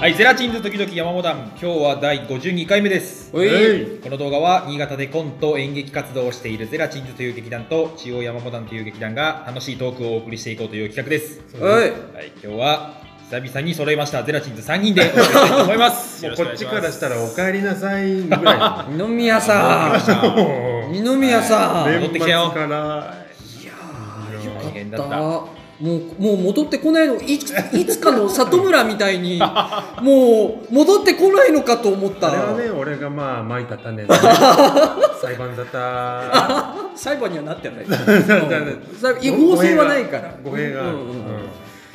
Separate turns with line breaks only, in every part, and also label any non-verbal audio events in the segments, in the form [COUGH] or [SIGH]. はい、ゼラチンズ時々山モダン、今日は第52回目です。
おい
え
この動画は新潟でコント演劇活動をしているゼラチンズという劇団と中央山モダンという劇団が楽しいトークをお送りしていこうという企画です。
おい
はい、今日は久々に揃えましたゼラチンズ3人でお送りしたいと思い [LAUGHS] ます。よろしくお
こ
願
っ
いし
ち
ます
からしたら「おかえりなさい」ぐら
二宮
[LAUGHS]
さ
[LAUGHS]
いも
ん
う
二宮さん、
はい戻
年
ってき
末
たよ
い
から
や
いや
ー
大変だ
よか
っ
ったたもうもう戻ってこないのいついつかの里村みたい
[LAUGHS]
にもう戻ってこないのかと思った
あれはね俺がまあまいた
[LAUGHS]
種で裁判沙汰
裁判にはなって
[LAUGHS]
ない
だ
違法性はないから
語弊がある
うんうんうん
うん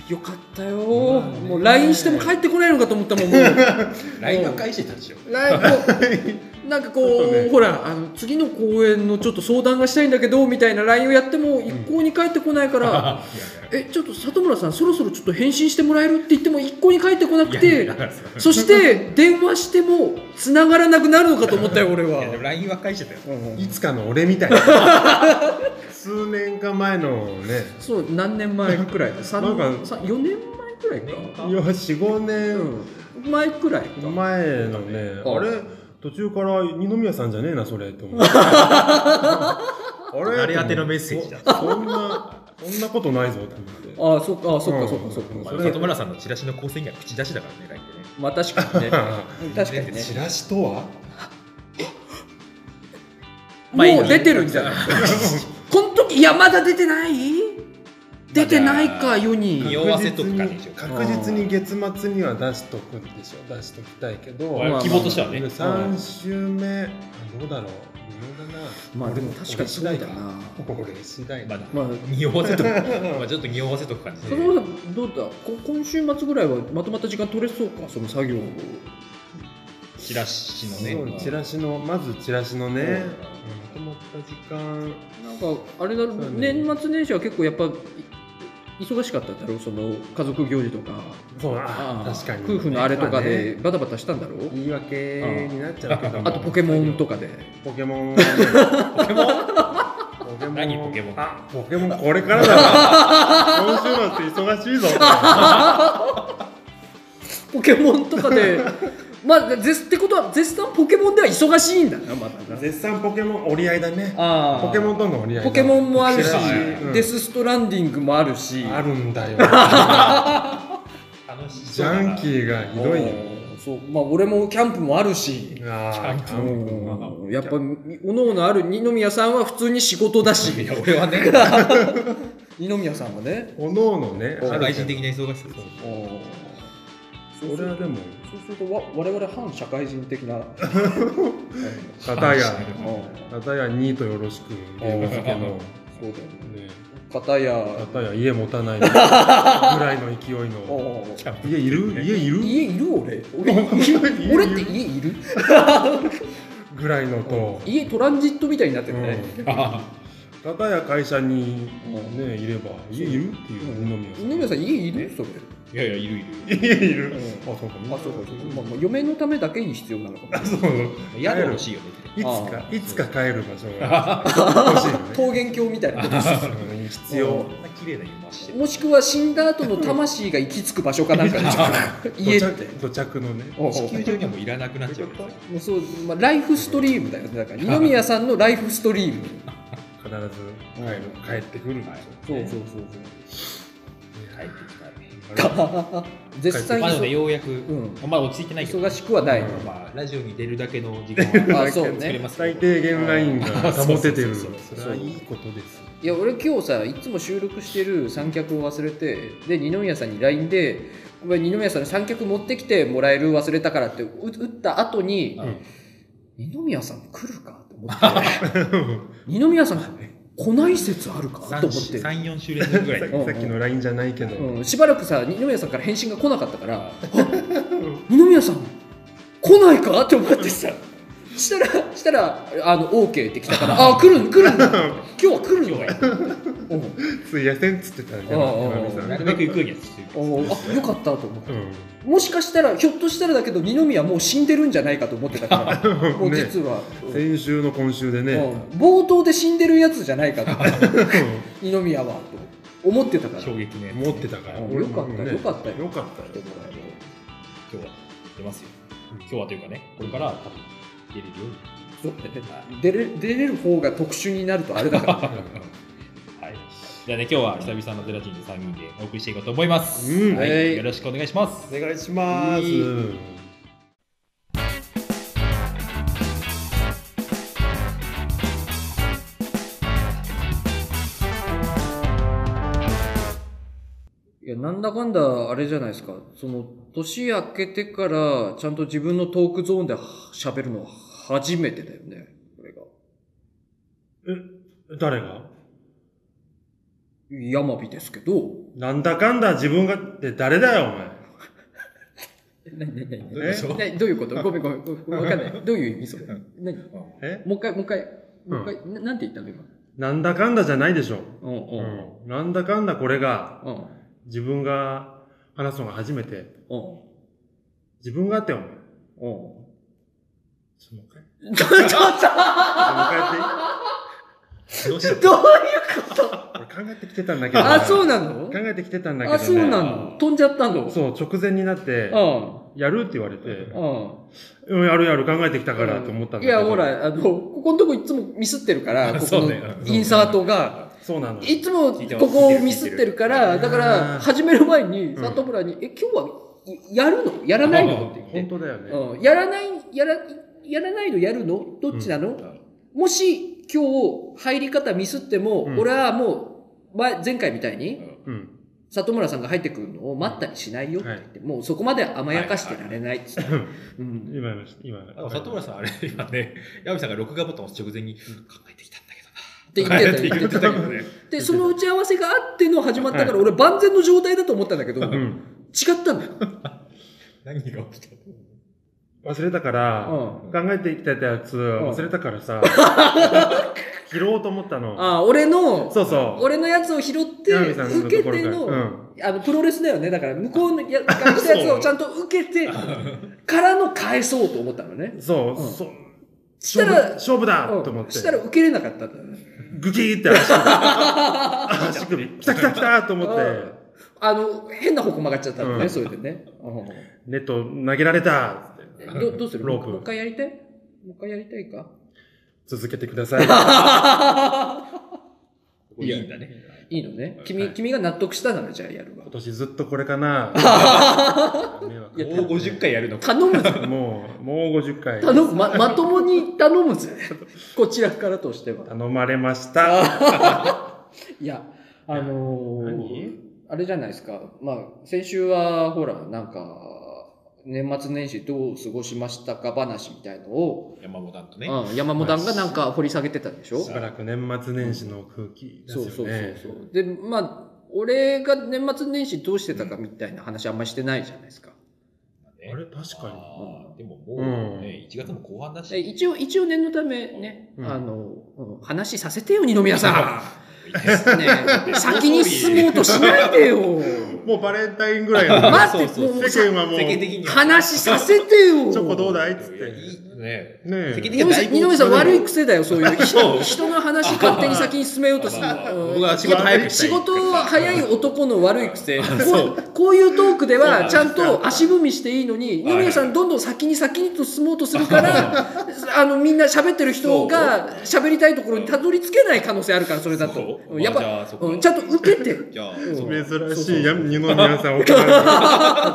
よかったよもう LINE しても帰ってこないのかと思ったもんもう
LINE が返してたでしょ。
LINE こうなんかこ
ちょっと
う、
ね
ほらあの次の公演のちょっと相談がしたいんだけどみたいな LINE をやっても一向に返ってこないから、えちょっと里村さんそろそろちょっと返信してもらえるって言っても一向に返ってこなく
いやいや
て
だからさ
そして電話しても繋がらなくなるのかと思ったよ俺はい
やでも LINE は返してたよ。
いつかの俺みた
[LAUGHS]
いな数年か前のね
そう何年前くらい三
なんか
三4年前くらいか
45年
うん前くらいか
前のね
うん
あれ途中から二宮さんじゃねえなそれっ
[LAUGHS]
て思うあ
誰宛てのメッセージだ
そそんなそんなことないぞって思っ
あ
て
あそっかあそっ
う
か
ん
そっかそっ
ま
か
あ
ま
そ
あ
れ
里村さんのチラシの構成には口出しだからね、LINE でね。
まあ確かにねうん確かにね
チラシとは
まあいい
も
よ
う出てるんじゃ [LAUGHS] ないこの時いやまだ出てない出てない
ま
か
だ
世
いい
に
よ匂わせとく感じでしょ
確実に月末には出しとくんでしょ出しときたいけど、
まあ
希望としてはね。
3週目、あどうだろう微妙だな
まあでも確かにそうだな
俺次第
ま
か
あ
まあ
[LAUGHS] 匂わせ [LAUGHS] とく。まあちょっと匂わせとく感じで
里。村さんどうだこ今週末ぐらいはまとまった時間取れそうかその作業を
チラシの
そう
ね。
チラシのまずチラシのね、
うん
うん、まとまった時間
なんかあれだろ
そうだね
年末年始は結構やっぱい忙しかったんだろうその家族行事とか
そうあ
ああ
確かに
夫婦のあれとか
まあ
で
ね
バタバタしたんだろう
言い訳になっちゃうけど
あとポケモンと
か
かで
ポケモン
ポケモン
ポケモン
[LAUGHS] 何ポケモン
あポケモンこれからだな今週末忙しいぞ
[LAUGHS] ポケモンとか [LAUGHS] でまあぜってことは絶賛ポケモンでは忙しいんだなまたな
絶賛ポケモン折り合いだね
あ
ポケモンとの折り合いだ
ポケモンもあるし
チラシうん
デス・ストランディングもあるし
あるんだよ
楽し
ジ
そうだな
ャンキーがひどいよ
うんそうまあ俺もキャンプもあるし
あ
ジャンキー
うんやっぱおのおのある二宮さんは普通に仕事だし
いや俺はね
[LAUGHS] 二宮さんはね
おのおのね
社
外人的な忙しさ
うんそうす
俺
る
はでも
そうするとわ我々反社会人的なうん
片や
そ
片やニートよろしくゲーム漬けの、
うだよね
ね、
片や
片や家持たないぐらいの勢いの
うん
キャンプ
家いる家いる
家いる俺俺いる
家いる
俺って家いる
ぐらいのと
家トランジットみたいになってるね、
あ
片や会社に
うん
ねいれば家いるっていう二宮さん
二宮さん家いるそれ
あいやいやいるいる
[LAUGHS] 家いる
うん
あそうか
あそうかそうか、まあまあ、嫁のためだけに必要なのかも
そうそう
宿欲しいよね
いつ
あ
かいつか帰る場所
[LAUGHS]
が欲しいよね
[LAUGHS] 桃源郷みたいなことです
うん必要
こんな綺麗な湯回してる
[LAUGHS] もしくは死んだ後の魂が行き着く場所かなんかでしょ [LAUGHS] 家って
土着土着のね
おう
地球上にはもういらなくなっちゃうから
もうそう、まあ、ライフストリーム [LAUGHS] だよねだから二宮さんのライフストリーム
必ず帰る帰ってくるんです
そ
よ
うそうそう
帰ってきたね
そう [LAUGHS] 絶賛
まあでもね
忙,、
ようやく
ん
あんまあ落ち着いてないけど
しくはない、
うん
まあラジオに出るだけの時間は
あそうね
作れますけど
最低限ラインが保てて
あ
る
そう
そ
そうそうそう
れはいいことです
いや俺今日さいつも収録してる三脚を忘れてで二宮さんに LINE で「ごめん二宮さんの三脚持ってきてもらえる忘れたから」ってう打った後に
うん
「二宮さん来るか?」と思って
[LAUGHS]
「二宮さん来ない説あるか?」
三
と思って。
三四週連続ぐ
[LAUGHS]
らい
うん
さっきのラインじゃないけど
うん、しばらくさ二宮さんから返信が来なかったからあ「二宮さん来ないか?」って思ってさしたらしたらあの OK って来たから「あー来るん来るんだ今日は来るんだよ」うん
ついやせんっつってたんだ
うん
よ
うん
なるべく行くんやつっていう
おーあよかったと思って、
うん
もしかしたらひょっとしたらだけど二宮もう死んでるんじゃないかと思ってたから [LAUGHS] もう実は、
先週の今週で
うん
ね
うん冒頭で死んでるやつじゃないかと [LAUGHS] 二宮はと思ってたから
衝撃ね
持ってたから
うんよかった
俺もね
よかったよ
よかったよ
今日は出ますよ今日はというかねこれから多分出れるように
そうだね出れ出れる方が特殊になるとあれだから [LAUGHS]
はいじゃあね今日は久々のゼラチンの3人でお送りしていこうと思います、
うん
は、
はいい
よろしくお願いします
お願いします
いい
いやなんだかんだあれじゃないですかその年明けてからちゃんと自分のトークゾーンでは喋るのは初めてだよねこれが
誰が
山火ですけ [LAUGHS] ど
なんだかんだ自分がって誰だよ、お前。
なななな
どういうこと
[LAUGHS] などういうことごめんごめんごめんわかんない [LAUGHS] どういう意味それ何も
え
う一回もう一回もう一回、ななんて言ったの今
なんだかんだじゃないでしょ。
うんうんうん
うんなんだかんだこれが、
うん
自分が話すのが初めて、自分がってお前。
うん [LAUGHS]
ちょっともう一回。
うんちょっ
ど
も
うしよ
とどういうこと
う一回やって。俺考えてきてたんだけど。
あ、そうな
考
の
えてきてたんだけど、
あ、
ね。
そうなの飛んじゃったのう。
そう、直前になって、
う
やるって言われて、
ん。うん。
うん、やるやる考えてきたからと思ったんだ
い
けど。
や、ほ。ら、あの、ここのとこいつもミスってる
[LAUGHS]
から、ここ
そう
の
ねうん
インサートが、
そうなの。
いつも
聞いてま
こ
す
こをミスってるから、
聞いて
だ
る
か
うん
ら、始める前に、
うん
里村に、え、今日はいやるのやらないのって言
本
って。
当だよね。
うん。やらない、やら、やらないのやるのどっちなのもし、今日、入り方ミスっても
う、ん
俺はもう、前前回みたいに、
うん。
里村さんが入ってくるのを待ったりしないよって言って、もうそこまで甘やかしてられないっつって、うん
今言いました。今。
あ里村さんあれ今ね矢吹さんが録画ボタンを押す直前に考えてきたんだけどな
って言ってた
とか
言ってた
言ってたけどね
でその打ち合わせがあっての始まったか
は
ら俺万全の状態だと思ったんだけど
う
違っ
ん。
たんだよ、
何が起きた
忘れたか
う
ら、
ん、
考えてきたやつ、
ん
忘れたからさ、切ろうと思ったの。
あ俺の
そうそう。
俺のやつを拾って
ヤミさんの
受け
ところ
て
から
の,、
うん
あのプロレスだよねだから向こうのや感じたやつをちゃんと受けてからの返そうと思ったのね
そう、
うん
そう。
した
勝負
ら
勝負だ
うん
と思って。
したら受けれなかったんだよね
グキーって足首。
[LAUGHS]
足首。来た来た来たと思って、
あの変な方向曲がっちゃったのね、
うん
それでね、うん
ネット投げられたって [LAUGHS]
どどうする
ロープ
もう一回やりたいもう一回やりたいか
続けてく
[LAUGHS]
ださい。
いいんだね
いいのね。君、
はい
君が納得したならじゃあやるわ
今。年ずっとこれ
[LAUGHS]
かな。迷惑
いや
もう50回やるのか
頼むぜ。
もう、もう50回。
頼む。ま、まともに頼むぜ。こちらからとしては。
頼まれました。
いや、あのー
何
あれじゃないですか。まあ、先週は、ほら、なんか、年末年始どう過ごしましたか話みたいのを、
山本さんとね
うん、山本さんがなんか掘り下げてたでしょ
しばらく年末年始の空気です
そ
よ
う
ね。
そうそうそう。で、まあ、俺が年末年始どうしてたかみたいな話あんまりしてないじゃないですか。
あれ確かに。
あーでももうね1月も後半だ
え
し
一応、一応念のためね、
うん
あの、うん話させてよ、二宮さ
いいです
ん。ねえ、先に進もうとしないでよ。
もうバレンタインぐら
[LAUGHS]
いの。
待って、
そうそう
もうさ
世間はもう、
世間的
ね
には
話させてよ。
チョコどうだい
いやいいね世間的
二
え。
宮さん、二宮さん悪い癖だよ、そういう。
そう
人人の話勝手に先に進めようとする
あまあまあ。
うん
[LAUGHS] 僕は仕事早くしたい
仕事早い男の悪い癖。こ
そう
うこういうトークで
そうなん
は、
です
ちゃんと足踏みしていいのに、
はい
二宮さんどんどん先に先にと進もうとす
[LAUGHS]
るから、あの、みんな喋ってる人が喋りたいところにたどり着けない可能性あるから、それだと。
そう
うんやっぱ、
まあじゃあそっか
うんちゃんと受けて。
じゃあ
ん
そう
珍
そうそ
し
う
い、や二宮さん怒られる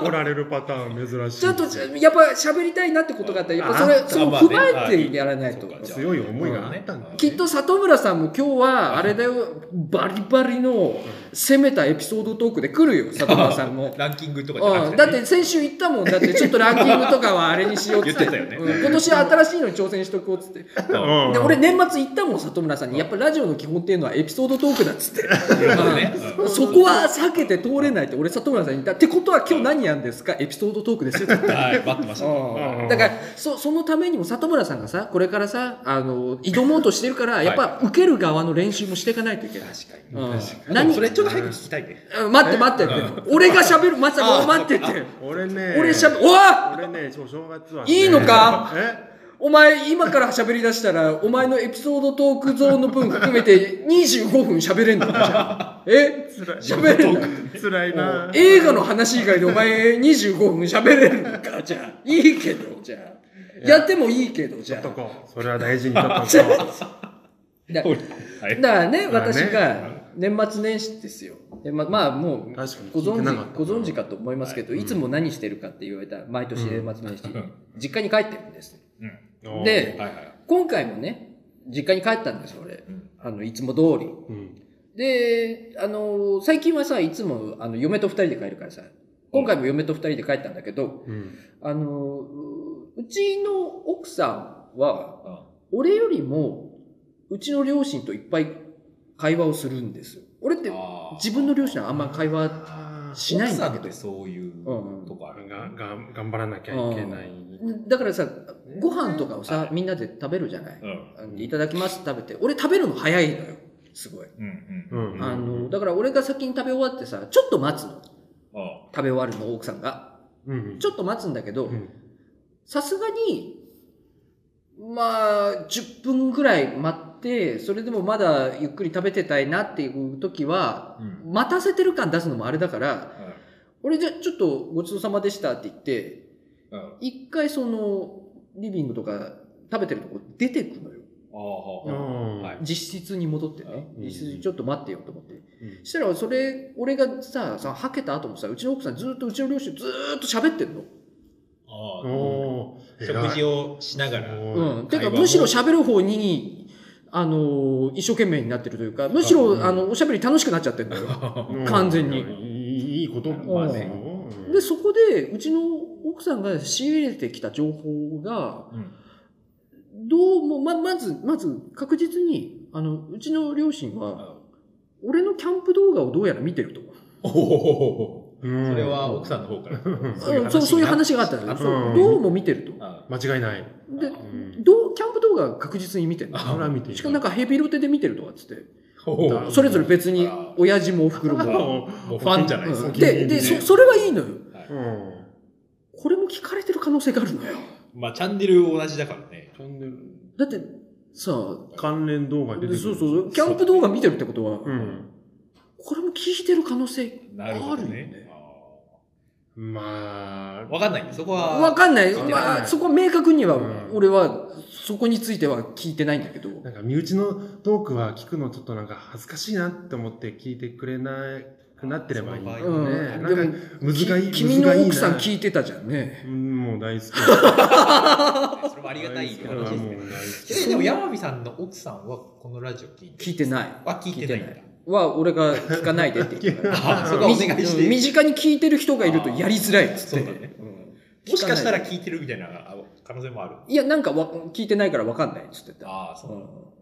怒られるパターン、珍しい。
ちゃんと、やっぱ喋りたいなってことがあったら、やっぱそ
あ
れ、それを
まあまあ
踏
ね
まえてやらな
あ
いと
そう。かじゃあ。
強い思いがあったんだね。
きっと里村さんも今日はあれだよバリバリの攻めたエピソードトークで来るよ里村さんも
ランキングとかじゃなくて
うん、
ね
だって先週言ったもんだってちょっとランキングとかはあれにしようっつって
言ってたよね
うん今年は新しいのに挑戦しとこうっつって
うん
で俺年末言ったもん里村さんにやっぱラジオの基本っていうのはエピソードトークだっつって、
ね
うんそこは避けて通れないって俺里村さんに言ったってことは今日何やんですかエピソードトークですよって言った
はい待ってました
うん
だからそそのためにも里村さんがさこれからさあの挑もうとしてるからやっぱ受ける側の練習もしていかないといけない、
確
うん
かに
何
それちょっと早く聞きたいね
うん待って待ってって俺が喋るまさか
あ
お待ってって
俺ね、
俺しゃべおわ
俺ね、そう正月は、
いいのか
え
お前今から喋り出したらお前のエピソードトークゾーンの分含めて25分喋れんのじゃあえ
辛い
喋れんの
辛いな
映画の話以外でお前25分喋れるのかじゃあいいけどじゃあやってもいいけどじゃあ
こ
それは大事に取っとこ
だ
う
だからね
まあね
私が年末年始ですよでままあもう
う確かに
ご
聞い
存
て
知
なかった
ご存知かと思いますけど、
はい
い、つも何してるかって言われたら毎年年末年始、
ん
実家に帰ってるんです
うん。
[LAUGHS]
おー
で
はいはい。
今回もね実家に帰ったんです俺
うん
あのいつも通り
うん
であの最近はさいつもあの嫁と二人で帰るからさ今回も嫁と二人で帰ったんだけど
うん
あのううちの奥さんは
あ
俺よりもうちの両親といっぱい会話をするんですよ俺って
ー
自分の両親はあんま会話
あー
しないんだ
奥さん
け
って
ど
そういう
うんうん
とこある。
がが頑張らなきゃいけない
だからさご飯とかを
は
さ
い
みんなで食べるじゃない、
うん。
あのいただきます食べて俺食べるの早いのよすごい、
うん
うん
あのだから俺が先に食べ終わってさちょっと待つの
あ
食べ終わるの奥さんが
うん
ちょっと待つんだけど
うん
さすがにまあ10分ぐらい待ってそれでもまだゆっくり食べてたいなっていう時は
うん
待たせてる感出すのもあれだから
うん
俺じゃちょっとごちそうさまでしたって言って
うんあ
一回そのリビングとか食べてるとこ出てくのよ
ーは
う
ーは
ん
はい
実質に戻ってね
うん
実質にちょっと待ってよと思ってそしたらそれ俺がささはけた後もさうちの奥さんずっとうちの両親ずーっと喋ってんの
あー
おー偉い
食事をしながら。
おー
うん、て
会
か
話も
むしろ喋る方にあのー一生懸命になってるというかむし
うん
ろあのおしゃべり楽しくなっちゃってるんだよ
うん
完全に
いいいいこと
ま
あ
です
ね
よ
でそこでうちの奥さんが仕入れてきた情報が
うん
どうもままずまず確実にあのうちの両親は俺のキャンプ動画をどうやら見てると
おお。
うん
それは奥さんの方から。
うん
そういう話
うんそうそういう話があったのよ
あ
そう
うん
どうも見てると
あ
間違いない
で
ん
どうキャンプ動画が確実に見てるの
あら見てる
しかもなんかヘビロテで見てるとかっつって
ーおー
うん
それぞれ別に親父もおふくろ
[LAUGHS]
も
も
もうファンじゃないです
う
か
ん。ででそそれはいいのよ
ううん
これも聞かれてる可能性があるのよ
まあ、チャンネル同じだからね。
チャンネル
だってさ
関連動画に出てくる
そうそうキャンプ動画見てるってことは、
うん
これも聞いてる可能性
なるほど
あるよ
ね
ね。
まあ
わかんない。そこは。
わかんない、
わかんない
まあ、そこは明確には、
うん
俺はそこについては聞いてないんだけど、
なんか身内のトークは聞くのちょっとなんか恥ずかしいなって思って聞いてくれなくなってればいいよね
その場合は
う
なんん
で
か
も
むずがい
き君の奥さん
い
聞いてたじゃんね
うんもう大好き
それもありがたい話ですね。
す
ちなみにでも山美さんの奥さんはこのラジオ聞いて
聞いてない
は聞いてないんだ。
は俺が聞かないでって言って
[LAUGHS]
あそこはお願いして
身近に聞いてる人がいるとやりづらいっつって
そうだね
うん
もしかしたら聞いてるみたいなあ可能性もある。
いやなんかわ聞いてないから分かんないっつってた、
ああ、そ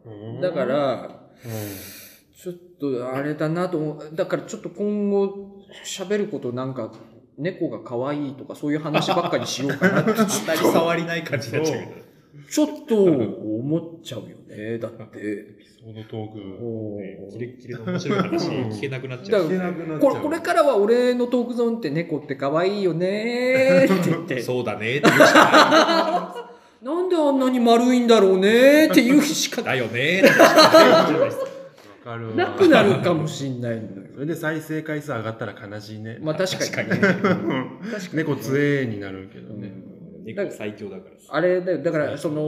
う。
うんだから
う
ちょっとあれだなと思う。だからちょっと今後喋ることなんか猫が可愛いとかそういう話ばっかりしようか
[LAUGHS]
なって
当たり障りない感じになっちゃうけど。
ちょっと思っちゃうよね。だって。
んエピソードトー
お
ねキ
ー
レッキレの面白い話聞けなくなっちゃう。
ク聞けなくなっちゃ
こ
う
れこれからは俺のトークゾーンって猫って可愛いよねーって言って。
[LAUGHS] そうだねって言うしか
なんであんなに丸いんだろうねーって言うしか
ない。だよねーって言うしかないじゃないで
[LAUGHS]
すか。
わかるわ
なくなるかもしんないのよ。
それで再生回数上がったら悲しいね
まあ確かにね。
猫つえになるけど
う
ね
ん
猫最強だからさ。
あれだよ、だから、
そ
そうの、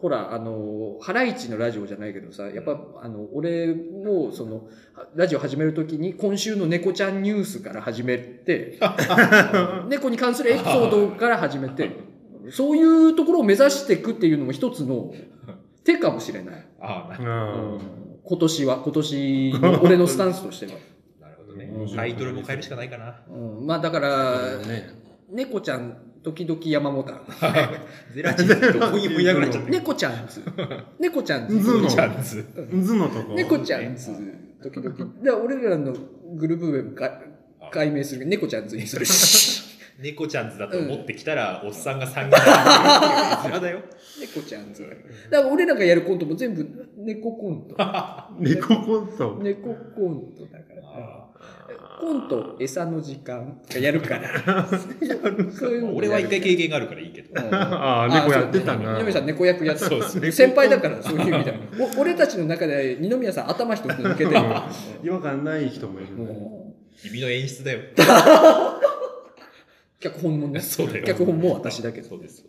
ほら、あの、ハライチのラジオじゃないけどさ、やっぱ、あの、俺も、その、ラジオ始めるときに、今週の猫ちゃんニュースから始めて、猫に関するエピソードから始めて、そういうところを目指していくっていうのも一つの手かもしれない。
ああ、な
うん
今年は、今年の俺のスタンスとしては。
なるほどね。タイトルも変えるしかないかな。
うん、まあだから、
ね
猫ちゃん、時々山本。
ゼラチンってどこにもいなくなっちゃった。
猫ちゃんズ。猫ちゃんズ。
ズの
チャンス。
ズのとこ
猫ちゃんズ、時々。だから俺らのグループウェブか解明するけど、猫ちゃんズに
[LAUGHS]
するし。
猫ちゃんズだと思ってきたら、おっさんが3人いずらだよ。
猫ちゃんズ。だから俺らがやるコントも全部猫コント。
猫コント
猫コントだから。コント餌の時間がやるから。
[LAUGHS]
そういうの
俺は一回経験があるからいいけど。
うん
ああ、猫やってた
そう
な。
二宮さん猫役やって
そうです
た。
ね
先輩
[LAUGHS]
だから、そういう意味では。お俺たちの中で二宮さん頭一つ抜け
[LAUGHS]
てる。
違和感ない人もいるね。
もう
君の演出だよ。
脚本もね。
そうだよ。
脚本も私だけど
そうです。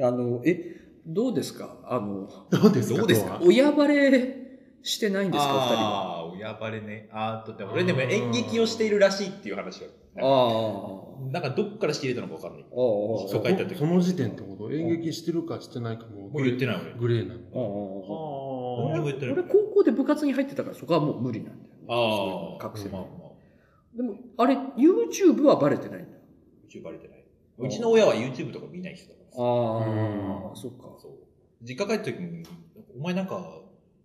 あの、え、どうですかあの、
どうですか
どうですか
今日は
親バレしてないんですか、お二人は。
ああ、親バレね。あーっと、でも俺でも演劇をしているらしいっていう話
あ
は。
あ。
なんかどっから仕入れたのかわかんない。
ああ
そう書いてあったけど
その時点ってこと演劇してるかしてないかも。
もう言ってない俺。
グレーなの。
ああ
何にも言ってない。
俺高校で部活に入ってたからそこはもう無理なんだよね、
ああ、
学生
まあ
の
まあ。
でもあれ YouTube はバレてないんだ
YouTube バレてない。うちの親は YouTube とか見ない人だから。
あ
うん
そっか
そう。実家帰った時に、お前なんか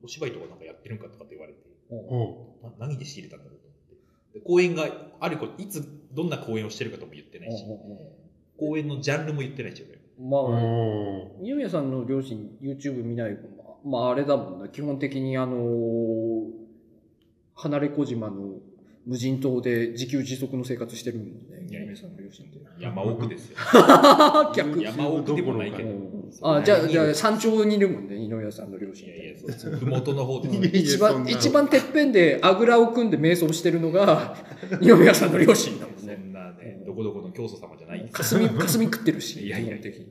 お芝居とかなんかやってるんかとかって言われて、
お
な何で仕入れたんだろうと思って。で公演があること、いつ、どんな公演をしてるかとも言ってないし、公演のジャンルも言ってないし、俺。
ま
う
あ
お
二宮さんの両親 YouTube 見ない分はまああれだもんな基本的にあのー離れ小島の無人島で自給自足の生活してるもんね
い
二
や
宮さんの両親って
山奥ですよ。
あ [LAUGHS] 逆
いや山奥でもないけど
あじゃあじゃあ山頂にいるもんね二宮さんの両親
い
っ
や
て
いや、そうそう。ふもとの方ですよ。
いや
一
そん
番
な
一番てっぺんであぐらを組んで瞑想してる
[LAUGHS]
のが二宮さんの両親だもん
そ
ね
んなね、どこどこの教祖様じゃないんですよ。
霞霞食ってるし
いやいや
基本的に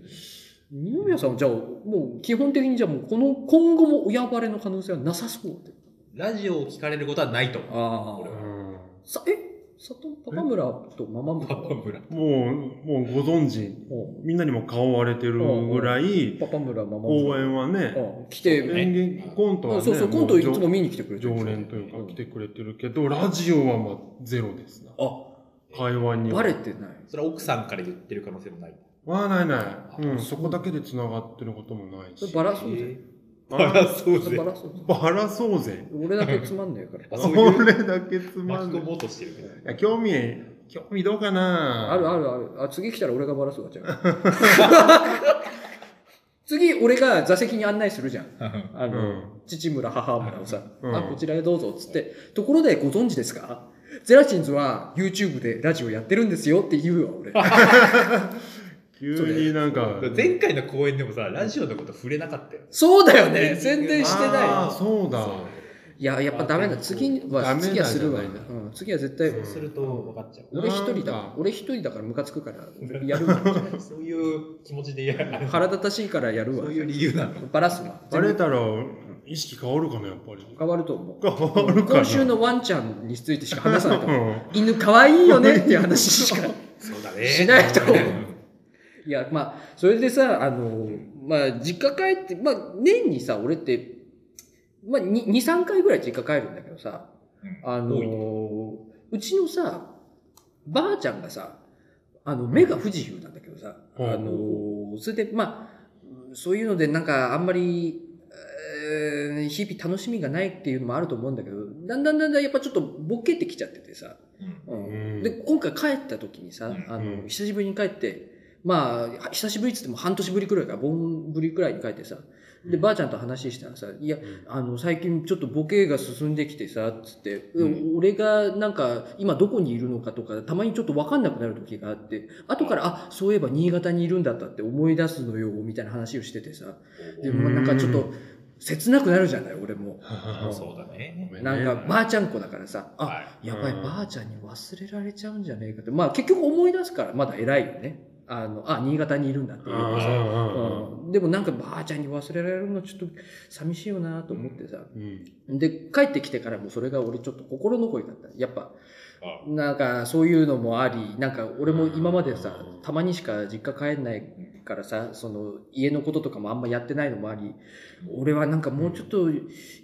二宮さんはじゃあもう基本的にじゃあもうこの今後も親バレの可能性はなさそうで
ラジオを聞かれることはないと思う。
あ
俺は
うん
さえ佐藤パパ村とマ
[LAUGHS]
マ村
パパ村。
もう、もうご存知。
うん
みんなにも顔割れてるぐらい、
パパ村ママ村
応援はね、
うん来て、
ね
演劇コントは
う
ね、
んそうそうコントいつも見に来てくれて
常
る
連というか
うん
来てくれてるけど、ラジオはまあゼロですな。
あ
会話には。
バレてない
それは奥さんから言ってる可能性もない。
はないない。うん、そこだけで繋がってることもない
それ
し。
バラそうぜ
バラそう
そ
ぜ
れバ。ラそうぜ
バラそうぜ。
俺だけつまんねえか
あ
ら
そういう
俺だけつま
巻
ん
き
な
込
い。
もうとしてるけど。
いや興味、興味どうかな
あるあるある。あ、次来たら俺がバラすわ、じゃあ。
[LAUGHS]
次、俺が座席に案内するじゃん。あの、
うん
父村、母村をさ、
うん
あ、こちらへどうぞ、つって。ところで、ご存知ですかゼラチンズは YouTube でラジオやってるんですよって言うわ、俺。
[LAUGHS] 急になんか。
前回の公演でもさ、ラジオのこと触れなかったよ。
そうだよ
[LAUGHS]
ね。宣伝して
あー
ない。
そうだ。
いや、やっぱダメだ。次は、
ダメだ
次はするわ。
じ
う、
ゃないなん
次は絶対
う
そうんすると分かっちゃう。
俺一人だ
なんか
俺一人だからムカつくからやるわ
そういう気持ちでやる。
腹立たしいからやる
[LAUGHS]
わ
そういう理由なの。
バラすわ
バレたら、意識変わるかな、やっぱり。
変わると思う
変わるかな。
今週のワンちゃんについてしか話さなかった
う [LAUGHS] ん
犬可愛いよねっていう話しか
そうだね。
しないと思う
うん
いやまあそれでさあのまあ実家帰ってまあ年にさ俺って、まあ、23回ぐらい実家帰るんだけどさあの
多いね
うちのさばあちゃんがさあの目が不自由なんだけどさ、
うん
あのそれでまあそういうのでなんかあんまり、えー日々楽しみがないっていうのもあると思うんだけどだんだんだんだんやっぱちょっとボケてきちゃっててさ、
うん
うん
うん
で今回帰った時にさ、
うん
あの
うん
久しぶりに帰ってまあ久しぶりっつっても半年ぶりくらいか盆ぶりくらいに帰ってさでばあちゃんと話したらさ「いや
うん
あの最近ちょっとボケが進んできてさ」っつって、
う
俺がなんか今どこにいるのかとかたまにちょっと分かんなくなる時があって後から「あそういえば新潟にいるんだった」って思い出すのよみたいな話をしててさでもなんかちょっと切なくなるじゃない俺も。
うんそうだね。
なんかばあちゃん子だからさ「あ
はい
やばい、
うん
ばあちゃんに忘れられちゃうんじゃねえかって。まあ結局思い出すからまだ偉いよね。あの、あ、新潟にいるんだっていうかさ。
あ
うんでもなんかばあちゃんに忘れられるのちょっと寂しいよなと思ってさ。
うん
で、帰ってきてからもそれが俺ちょっと心残りだった。やっぱ、
あ
なんかそういうのもあり、なんか俺も今までさ
うん、
たまにしか実家帰んないからさ、その家のこととかもあんまやってないのもあり、俺はなんかもうちょっと、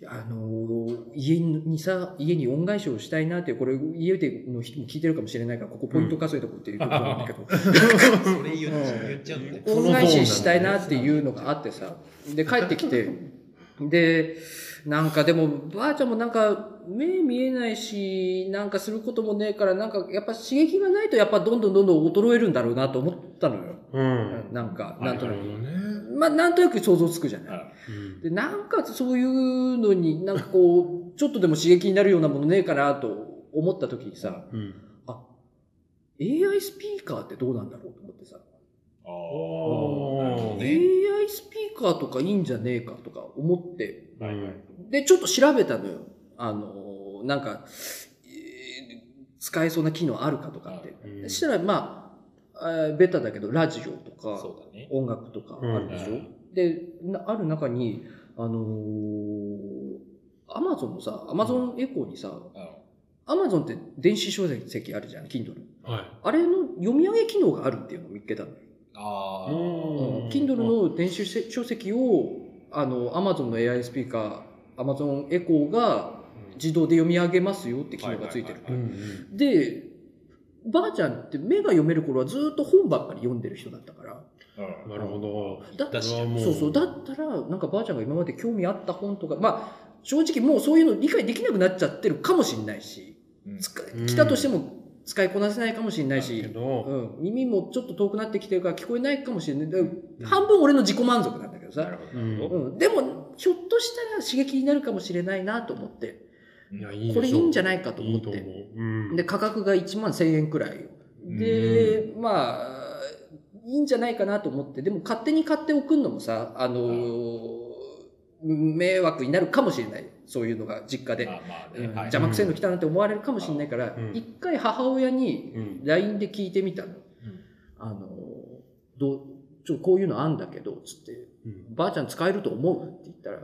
あの家にさ家に恩返しをしたいなっていうこれ家での人も聞いてるかもしれないからここポイント稼いとこっていうことなんだ [LAUGHS] けど、
それ言っちゃ言っちゃうんだよ。
うん
恩返ししたいなっていうのがあってさで帰ってきてでなんかでもばあちゃんもなんか目見えないしなんかすることもねえからなんかやっぱ刺激がないとやっぱどんどんどんどん衰えるんだろうなと思ったのよ、
うん。
なんか
な
なんん
となく
となく、
るほどね。
まあなんとなく想像つくじゃない
あ
うん
で、なんかそういうのになんかこう、ちょっとでも刺激になるようなものねえかなと思った時にさ、
うん。
あ、AI スピーカーってどうなんだろうと思ってさ、
あ
おー
なるほどね
AI スピーカーとかいいんじゃねえかとか思って、
はいはい
で、ちょっと調べたのよ。あの、なんか、えー使えそうな機能あるかとかって。
うん
そしたら、まあ、あーベタだけど、ラジオとか、
そうだね
音楽とかあるでしょ、
うん
でなある中にあのアマゾンのさアマゾンエコーにさアマゾンって電子書籍あるじゃん Kindle
は
あれの読み上げ機能があるっていうのを見つけたのよ、
あ
い。
ー
うん
Kindle の電子書籍をあのアマゾンの AI スピーカーアマゾンエコーが自動で読み上げますよって機能がついてる、
はいはいはいは
う
い
ん
でばあちゃんって目が読める頃はずーっと本ばっかり読んでる人だったから
う
うんん。なるほど。
だ
だし
わも
そうそうだったらなんかばあちゃんが今まで興味あった本とかまあ正直もうそういうの理解できなくなっちゃってるかもしれないし、
うん
つか
うん
来たとしても使いこなせないかもしれない
け
し、う
ど、
ん、耳もちょっと遠くなってきてるから聞こえないかもしれないだから
うん
半分俺の自己満足なんだけど
な
さ
る、ほどなるほ
う
ど。
ん、でもひょっとしたら刺激になるかもしれないなと思って
いや、いいでし
こ
ょ
れいいんじゃないいかと思っ
い
て
いと思う。うん。
で価格が1万1000円くらいで、まあ、いいんじゃないかなと思って、でも勝手に買っておくのもさ、あのー迷惑になるかもしれない。そういうのが実家で。
まあまあ
うん
ねはい
邪魔くせえの来たなって思われるかもしれないから
うん、
一、回母親に
うん
LINE で聞いてみたの。あのーどう、ちょっとこういうのあんだけど、つって、
うん
ばあちゃん使えると思うって言ったら、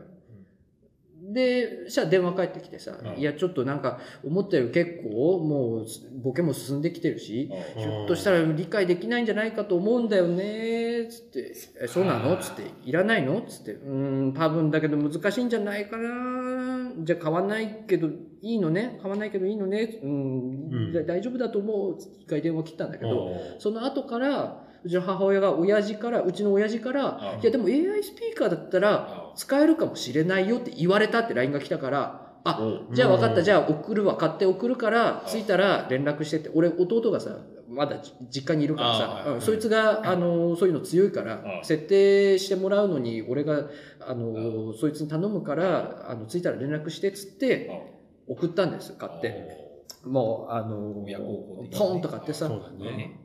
で、そしたら電話返ってきてさ、
うん
いや、ちょっとなんか、思ったより結構、もう、ボケも進んできてるし、
うん
うん
ひょっとしたら理解できないんじゃないかと思うんだよね、つって、えそうなのつって、いらないのつって、うーん、多分だけど難しいんじゃないかな、じゃあ買わないけどいいのね買わないけどいいのねうん、
うん
じゃあ大丈夫だと思う、つって一回電話切ったんだけど、
う
その後から、うちの母親が親父から、うちの親父から
う、ん
いやでも AI スピーカーだったら
あ
使えるかもしれないよって言われたって LINE が来たから、あ、
ん
じゃあ分かった、
うん
じゃあ送るわ、買って送るから、
あ
着いたら連絡してって、俺弟がさ、まだじ実家にいるからさ
あ、はい
うんそいつが、あのーそういうの強いから、
あ
設定してもらうのに、俺が、あのーそいつに頼むから、あの、着いたら連絡してっつって、送ったんです、買って。もう、あの
親孝行
ー
的なね
ポンと買ってさ
そ、うだね。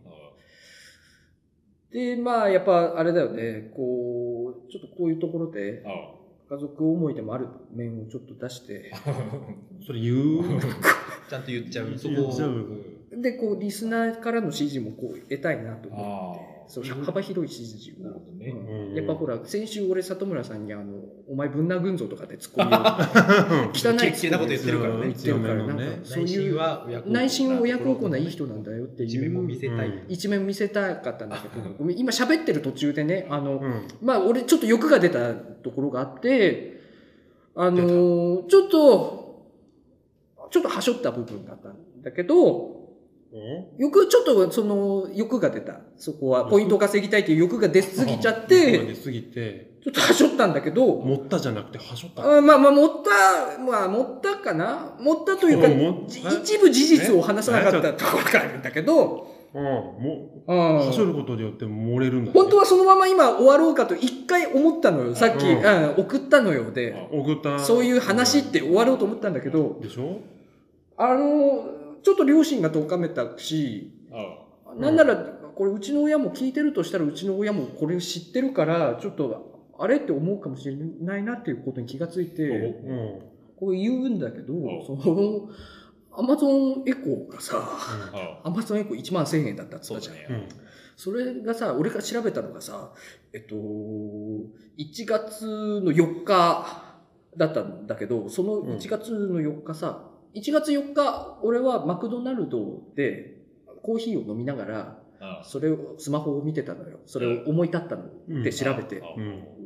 で、まあ、やっぱ、あれだよね、こう、ちょっとこういうところで、家族思いでもある面をちょっと
[LAUGHS]
出して、
それ言う
[LAUGHS]
ちゃんと言っちゃう。そ
言
こ
っちゃう
で、こう、リスナーからの支持もこう、得たいなと思っ
あ
て、
ー
そう、幅広い支持
なるほ
を。
どね。
うん
うん
やっぱほら、先週俺、里村さんに、あの、お前、ぶん殴んぞとかって突っ
[LAUGHS]
込みを、汚い
きれいなこと言ってるからね
言ってるから、なんか、そういう、
は親
内心親孝行ないい人なんだよって
一面も見
いう、
せたい。
うん
一面見せたかったんだけど、ごめん今喋ってる途中でね、あの、
うん。
まあ、俺、ちょっと欲が出たところがあって、あのーちょっと、ちょっとはしょった部分があったんだけど、欲、ちょっと、その、欲が出た。そこは、
欲
ポイントを稼ぎたいっていう欲が出すぎちゃっ
うん
て、
出過ぎて、
ちょっとはしょったんだけど、
持ったじゃなくて、はしょった。
あまあまあ、持った、まあ、持ったかな持ったというか、
うん
じ
持っ
一部事実を話さなかったところがあるんだけど、
うん、も
う
う、
ん
はしょることによって漏れるんだね。
本当はそのまま今終わろうかと一回思ったのよ。さっき、う
うん
ん送ったのよで。
送った。
そういう話って終わろうと思ったんだけど、
でしょ
あの、ちょっと両親がどかめたし、なんなら、これうちの親も聞いてるとしたら、うちの親もこれ知ってるから、ちょっと、あれって思うかもしれないなっていうことに気がついて、
うん。うん
こう言うんだけど
お、
その、アマゾンエコーがさ、アマゾンエコー1万1000円だったっつ
そ
っ
う
たじ
だ
ゃん。
うん
ね。
それがさ、俺が調べたのがさ、えっと、1月の4日だったんだけど、その1月の4日さ、1月4日、俺はマクドナルドでコーヒーを飲みながら、それを、スマホを見てたのよ。それを思い立ったの
うん
で調べて。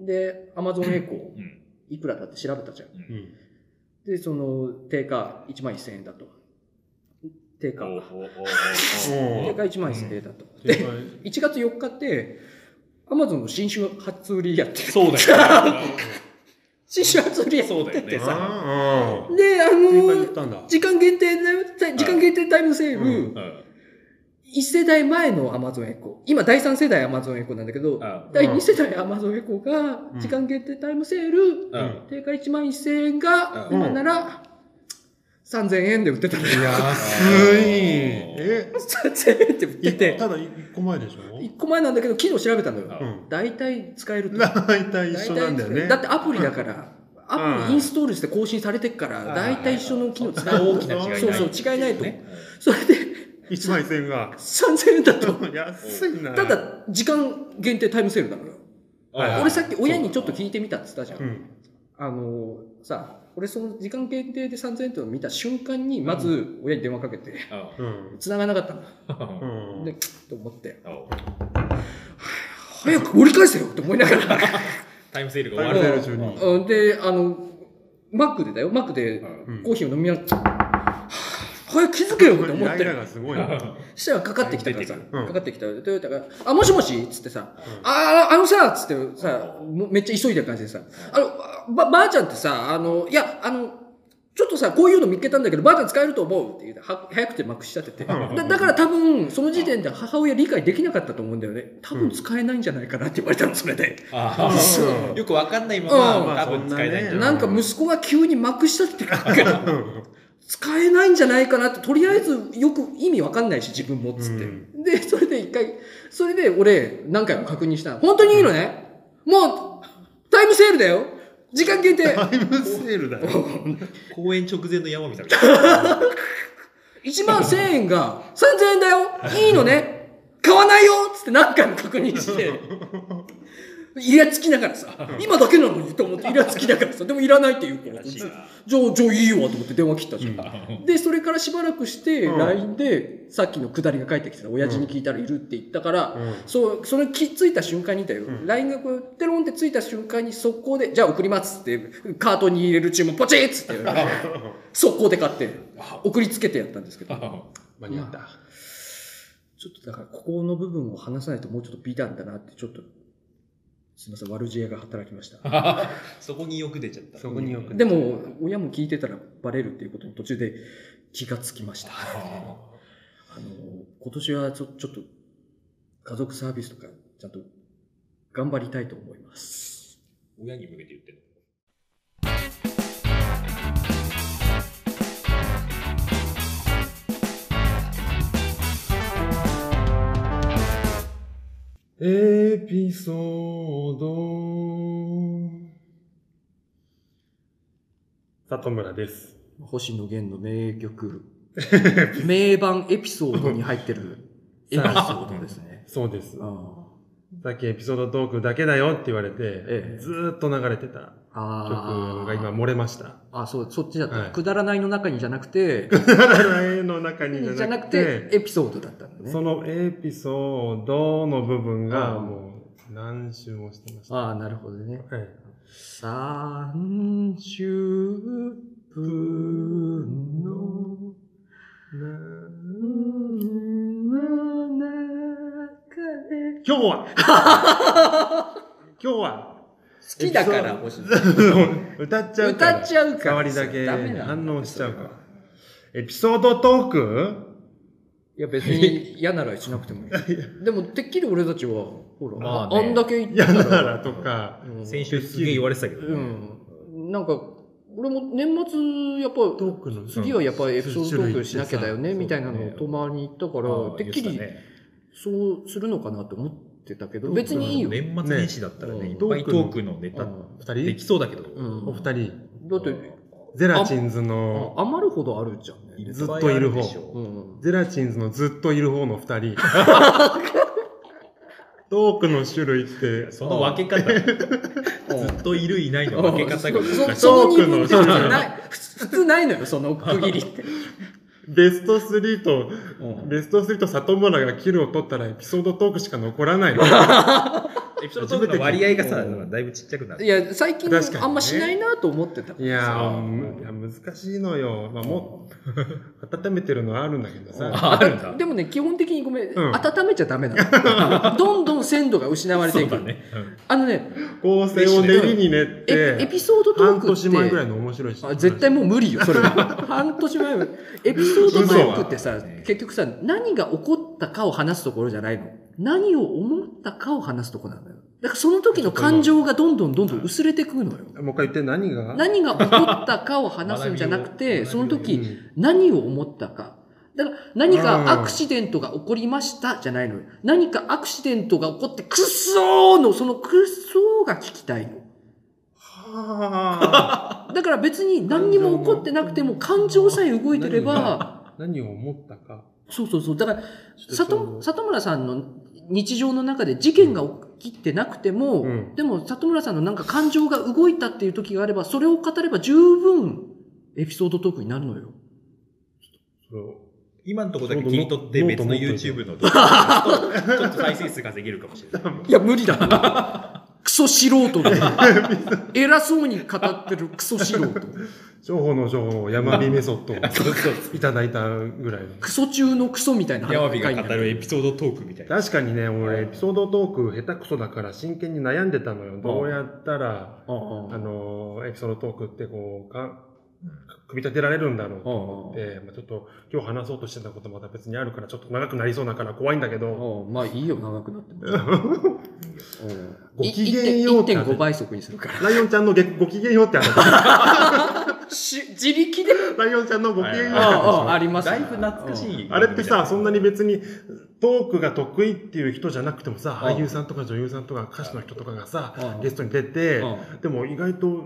で、アマゾンエコー、いくらだって調べたじゃん。
うん。
で、その、定価1万1000円だと。定価。定価1万1000円だと。
で
1月4日って、アマゾンの新種初売りやってる
そうだよ。
[LAUGHS] 新種初売りやってて
そうだよ
さ。
ああ。
で、あ
正解言
の、
ったんだ。
時間限定だよた時間限定タイムセール、
う
1世代前のアマゾンエコー。今、第3世代アマゾンエコーなんだけど、第2世代アマゾンエコーが
う、ん
時間限定タイムセール、定価1万1000円が、
うん
今なら、 3000円で売ってたのよ。 [LAUGHS]
安いえ
3000円って売ってて、
ただ1個前でしょ
1個前なんだけど、昨日調べたのよ。
うん
大体使えると。
大体一緒なんだよ
大体
ね
だってアプリだから、アプリインストールして更新されてっから、
うん
大体一緒の機能使え
大
る
きな違いない
そうそう、違いないと。
ね
それで
1枚1000円が
3000円だと。
安いな
ただ、時間限定タイムセールなのよ。
はいはい
俺さっき親にちょっと聞いてみたって言ったじゃん。
うん
あのさ、俺その時間限定で3000円ってのを見た瞬間に、まず親に電話かけて、
う
うん
繋がなかったの。
うんん
で、きっと思って、
お
早く折り返せよって思いながら。
タイムセールが
タイ
終
ムセ
わ
ー
る
ル中に
うんで、あの、マックでだよ、マックで
うん
コーヒーを飲みながら、はぁ早く気づけよって思っ
イ
て
ライラ
る。
がすごいなうん
したらかかってきたからさ、
出て
るうん
かかってきたトヨタが、あ、もしもしっつってさ、ああ、あのさ、つってさ、もうめっちゃ急いでる感じでさ、あの、ば、ばあちゃんってさ、あの、いや、あの、ちょっとさ、こういうの見っけたんだけど、ばあちゃん使えると思うって言うて、は早くてまくしちゃってて。だだから多分、その時点で母親理解できなかったと思うんだよね。多分使えないんじゃないかなって言われたの、それで。
あー
そう
よくわかんないま
うん
ま多分使えないんじゃ
うん
ない
なんか息子が急にまくしちゃってるから、
うん
使えないんじゃないかなって、とりあえずよく意味わかんないし、自分もっつって。
う
で、それで一回、それで俺、何回も確認したの本当にいいのね、もう、タイムセールだよ時間限定
タイムセールだよ
公演直前の山見たみたい
[LAUGHS]
な
!1 万1000円が3000円だよいいのね買わないよつって何回も確認して。イラつきながらさ、今だけなのにと思ってイラつきながらさ、でもいらないって言うから、
らしいな
じゃあ、じゃあいいよと思って電話切ったじゃん。
うん
で、それからしばらくして、
うん
LINE で、さっきの下りが返ってきてた、親父に聞いたらいるって言ったから、
うん
そう、それきついた瞬間にだよ。
うん
LINE がこう、テロンってついた瞬間に速攻で、じゃあ送りますって、カートに入れる注文ポチッつって、速攻で買って、送りつけてやったんですけど、
間に合った
ちょっとだから、ここの部分を話さないともうちょっと美談だなって、ちょっと、すいません、悪知恵が働きました。
そこによく出ちゃった
そこによく
で
出
も、親も聞いてたらバレるっていうことに途中で気がつきました。あの、今年はちょちょっと、家族サービスとか、ちゃんと頑張りたいと思います。
親に向けて言ってる
エピソード。里村です。
星野源の名 [LAUGHS] 曲、名盤エピソードに入ってる [LAUGHS] エピソードですね。
そうです。
あ
さっきエピソードトークだけだよって言われて、
ええ
ずーっと流れてた
あ
曲が今漏れました。
あ、そう、そっちだった。
はい
くだらないの中にじゃなくて、
笑いの中に
じ
じ
ゃ
ゃ
な
な
く
く
て
て、、
エピソードだったんだね。
そのエピソードの部分
あ
が
あ
もう何周もしてました。は
ああ、なるほどね。
い、
三十分の中で。
今日は
[LAUGHS]
今日は
好きだから、
エ
星野
歌っちゃうか
歌
ら。
っちゃうから。
触りだけ
ダメなんだ
反応しちゃうから。エピソードトーク
いや、別に嫌ならしなくてもいい。でも、てっきり俺たちは、ほら、
ま
あ
あね
んだけ言った
嫌
ら。
ならとか、
うん
先週すげえ言われてたけどね
うん。なんか、俺も年末、やっぱ、
トークの
次はやっぱりエピソードトークしなきゃだよね、
うん
みたいなのを遠回りに言ったから、てっきり
言て
そうするのかなと思ってたけど、
どう
別
た
にいいよ。
年末年始だったらね
ね
いっぱいトークのネ
う
タ
ん
二人
できそうだけど
うん
お二人、
だって、
ゼラチンズ
あ
の、
余るほどあるじゃんね。
ずっといる方
いっぱあでしょ
うん。
ゼラチンズのずっといる方の二
[LAUGHS]
人。トークの種類って、
その分け方ずっといるいないの分け方が
そ
難しい
その二分
トークの
って普通ない、普通普通ないのよ、その区切りって。
ベスト3と、
うん
ベスト3と里村がキルを取ったらエピソードトークしか残
[LAUGHS]
らない。
エピソードトークの割合がさだいぶちっちゃくなっ
[LAUGHS] い
て
や、最近
確かにね
あんましないなと思ってた。
いや
そう
ーむいや、難しいのよ。まあ、も
[LAUGHS]
う、温めてるのはあるんだけどさ。
ああるんだ
でもね、基本的にごめん、
うん
温めちゃダメな [LAUGHS] の。どんどん鮮度が失われてい
そうだ
く。
ねうん
あのね、
構成を練りに練っ
えエ
て、
ピソードトー
半
ク
年前ぐら
っ
い
て、
の面白いし。
あ絶対もう無理よ、それは。 [LAUGHS] 半年前は。エピソードトークってさ
嘘は、
結局さ、何が起こったかを話すところじゃないの。何を思ったかを話すところなのよ。だからその時の感情がどんどんどんどん薄れてくのよ。
もう一回言って何が
何が起こったかを話すんじゃなく
学び
て、
を
その
う
時
ん
何を思ったか。だから何かアクシデントが起こりましたじゃないのよ。何かアクシデントが起こってくっそーのそのくっそーが聞きたいの。
はあ
だから別に何にも起こってなくても感情さえ動いてれ [LAUGHS]
何
ば、
何を思ったか
そうそうそう。だから
ちょっとそ
里
の
里村さんの日常の中で事件が起きてなくても、
うん
でも里村さんのなんか感情が動いたっていう時があれば、それを語れば十分エピソードトークになるのよ。
それを
今のところだけ切り取って
ノー
別
ト
の
ノート持っといて
YouTube の動画にするとちょっと再生数稼げるかもし [LAUGHS] れない。
いや、無理だ。クソ素人だ。偉そうに語ってるクソ素人。
情報の情報を山火メソッドを
[LAUGHS] そうそう
いただいたぐらいの
クソ中のクソみたいな
ヤマビが語るエピソ
ソ
ードトークみたいな。
確かにね俺エピソードトーク下手くそだから真剣に悩んでたのよどうやったら
ー
あのーエピソードトークってこうか組み立てられるんだろうと思ってまあ、ちょっと今日話そうとしてたことまた別にあるからちょっと長くなりそうだから怖いんだけど
まあいいよ、長くなっても。
ごきげんようって
1.5倍速にするから。
ライオンちゃんのげご機嫌ようってある
[LAUGHS]
し自力で
ライオンちゃんのご機嫌ようって
あ
あるでし
あ
ょ
ああります
だいぶ懐かしい。
あれってさ、そんなに別にトークが得意っていう人じゃなくてもさ、
うん
俳優さんとか女優さんとか歌手の人とかがさ、
うん
ゲストに出て、でも意外と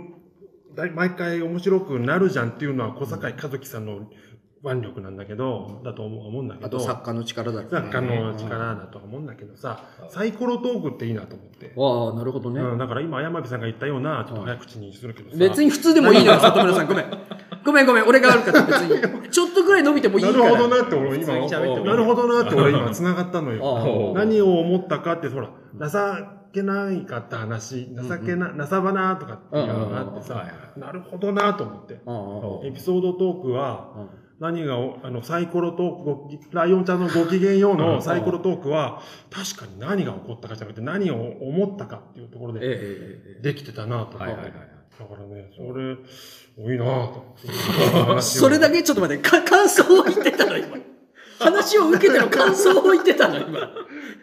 だい毎回面白くなるじゃんっていうのは小坂井和樹さんの腕力なんだけど、だと思う思うんだけ
あ
ど、
と
作
作家の力だろうね
家の力だとは思うんだけどさ、サイコロトークっていいなと思って。
ああなるほどね、
うん、だから今山火さんが言ったような、ちょっと早口にするけどさ、
別に普通でもいいのよ里村さんごめんごめんごめん俺が悪かった別にちょっとぐらい伸びてもいい
な
か
る
ら
ほどなって俺
普
今、
通に喋ってもいい
なるほどなって俺今繋がったのよ。
ああ
何を思ったかって、ほら、情けないかって話、情けな、情ばなとかっていうのがあっ
は
て
い
さ
は、い
なるほどなと思って。
ああ
エピソードトークは、
ああ
何がお、あの、サイコロトークごき、ライオンちゃんのご機嫌よう
うんうん
のサイコロトークは、確かに何が起こったかじゃなくて、何を思ったかっていうところ
ええ
で、
えええ
できてたなと思
はい
っ
はい
て。
はい。
だからね、それ、多いなと。
えそれだけちょっと待ってか感想を言ってたの今話を受けての感想を言ってたの今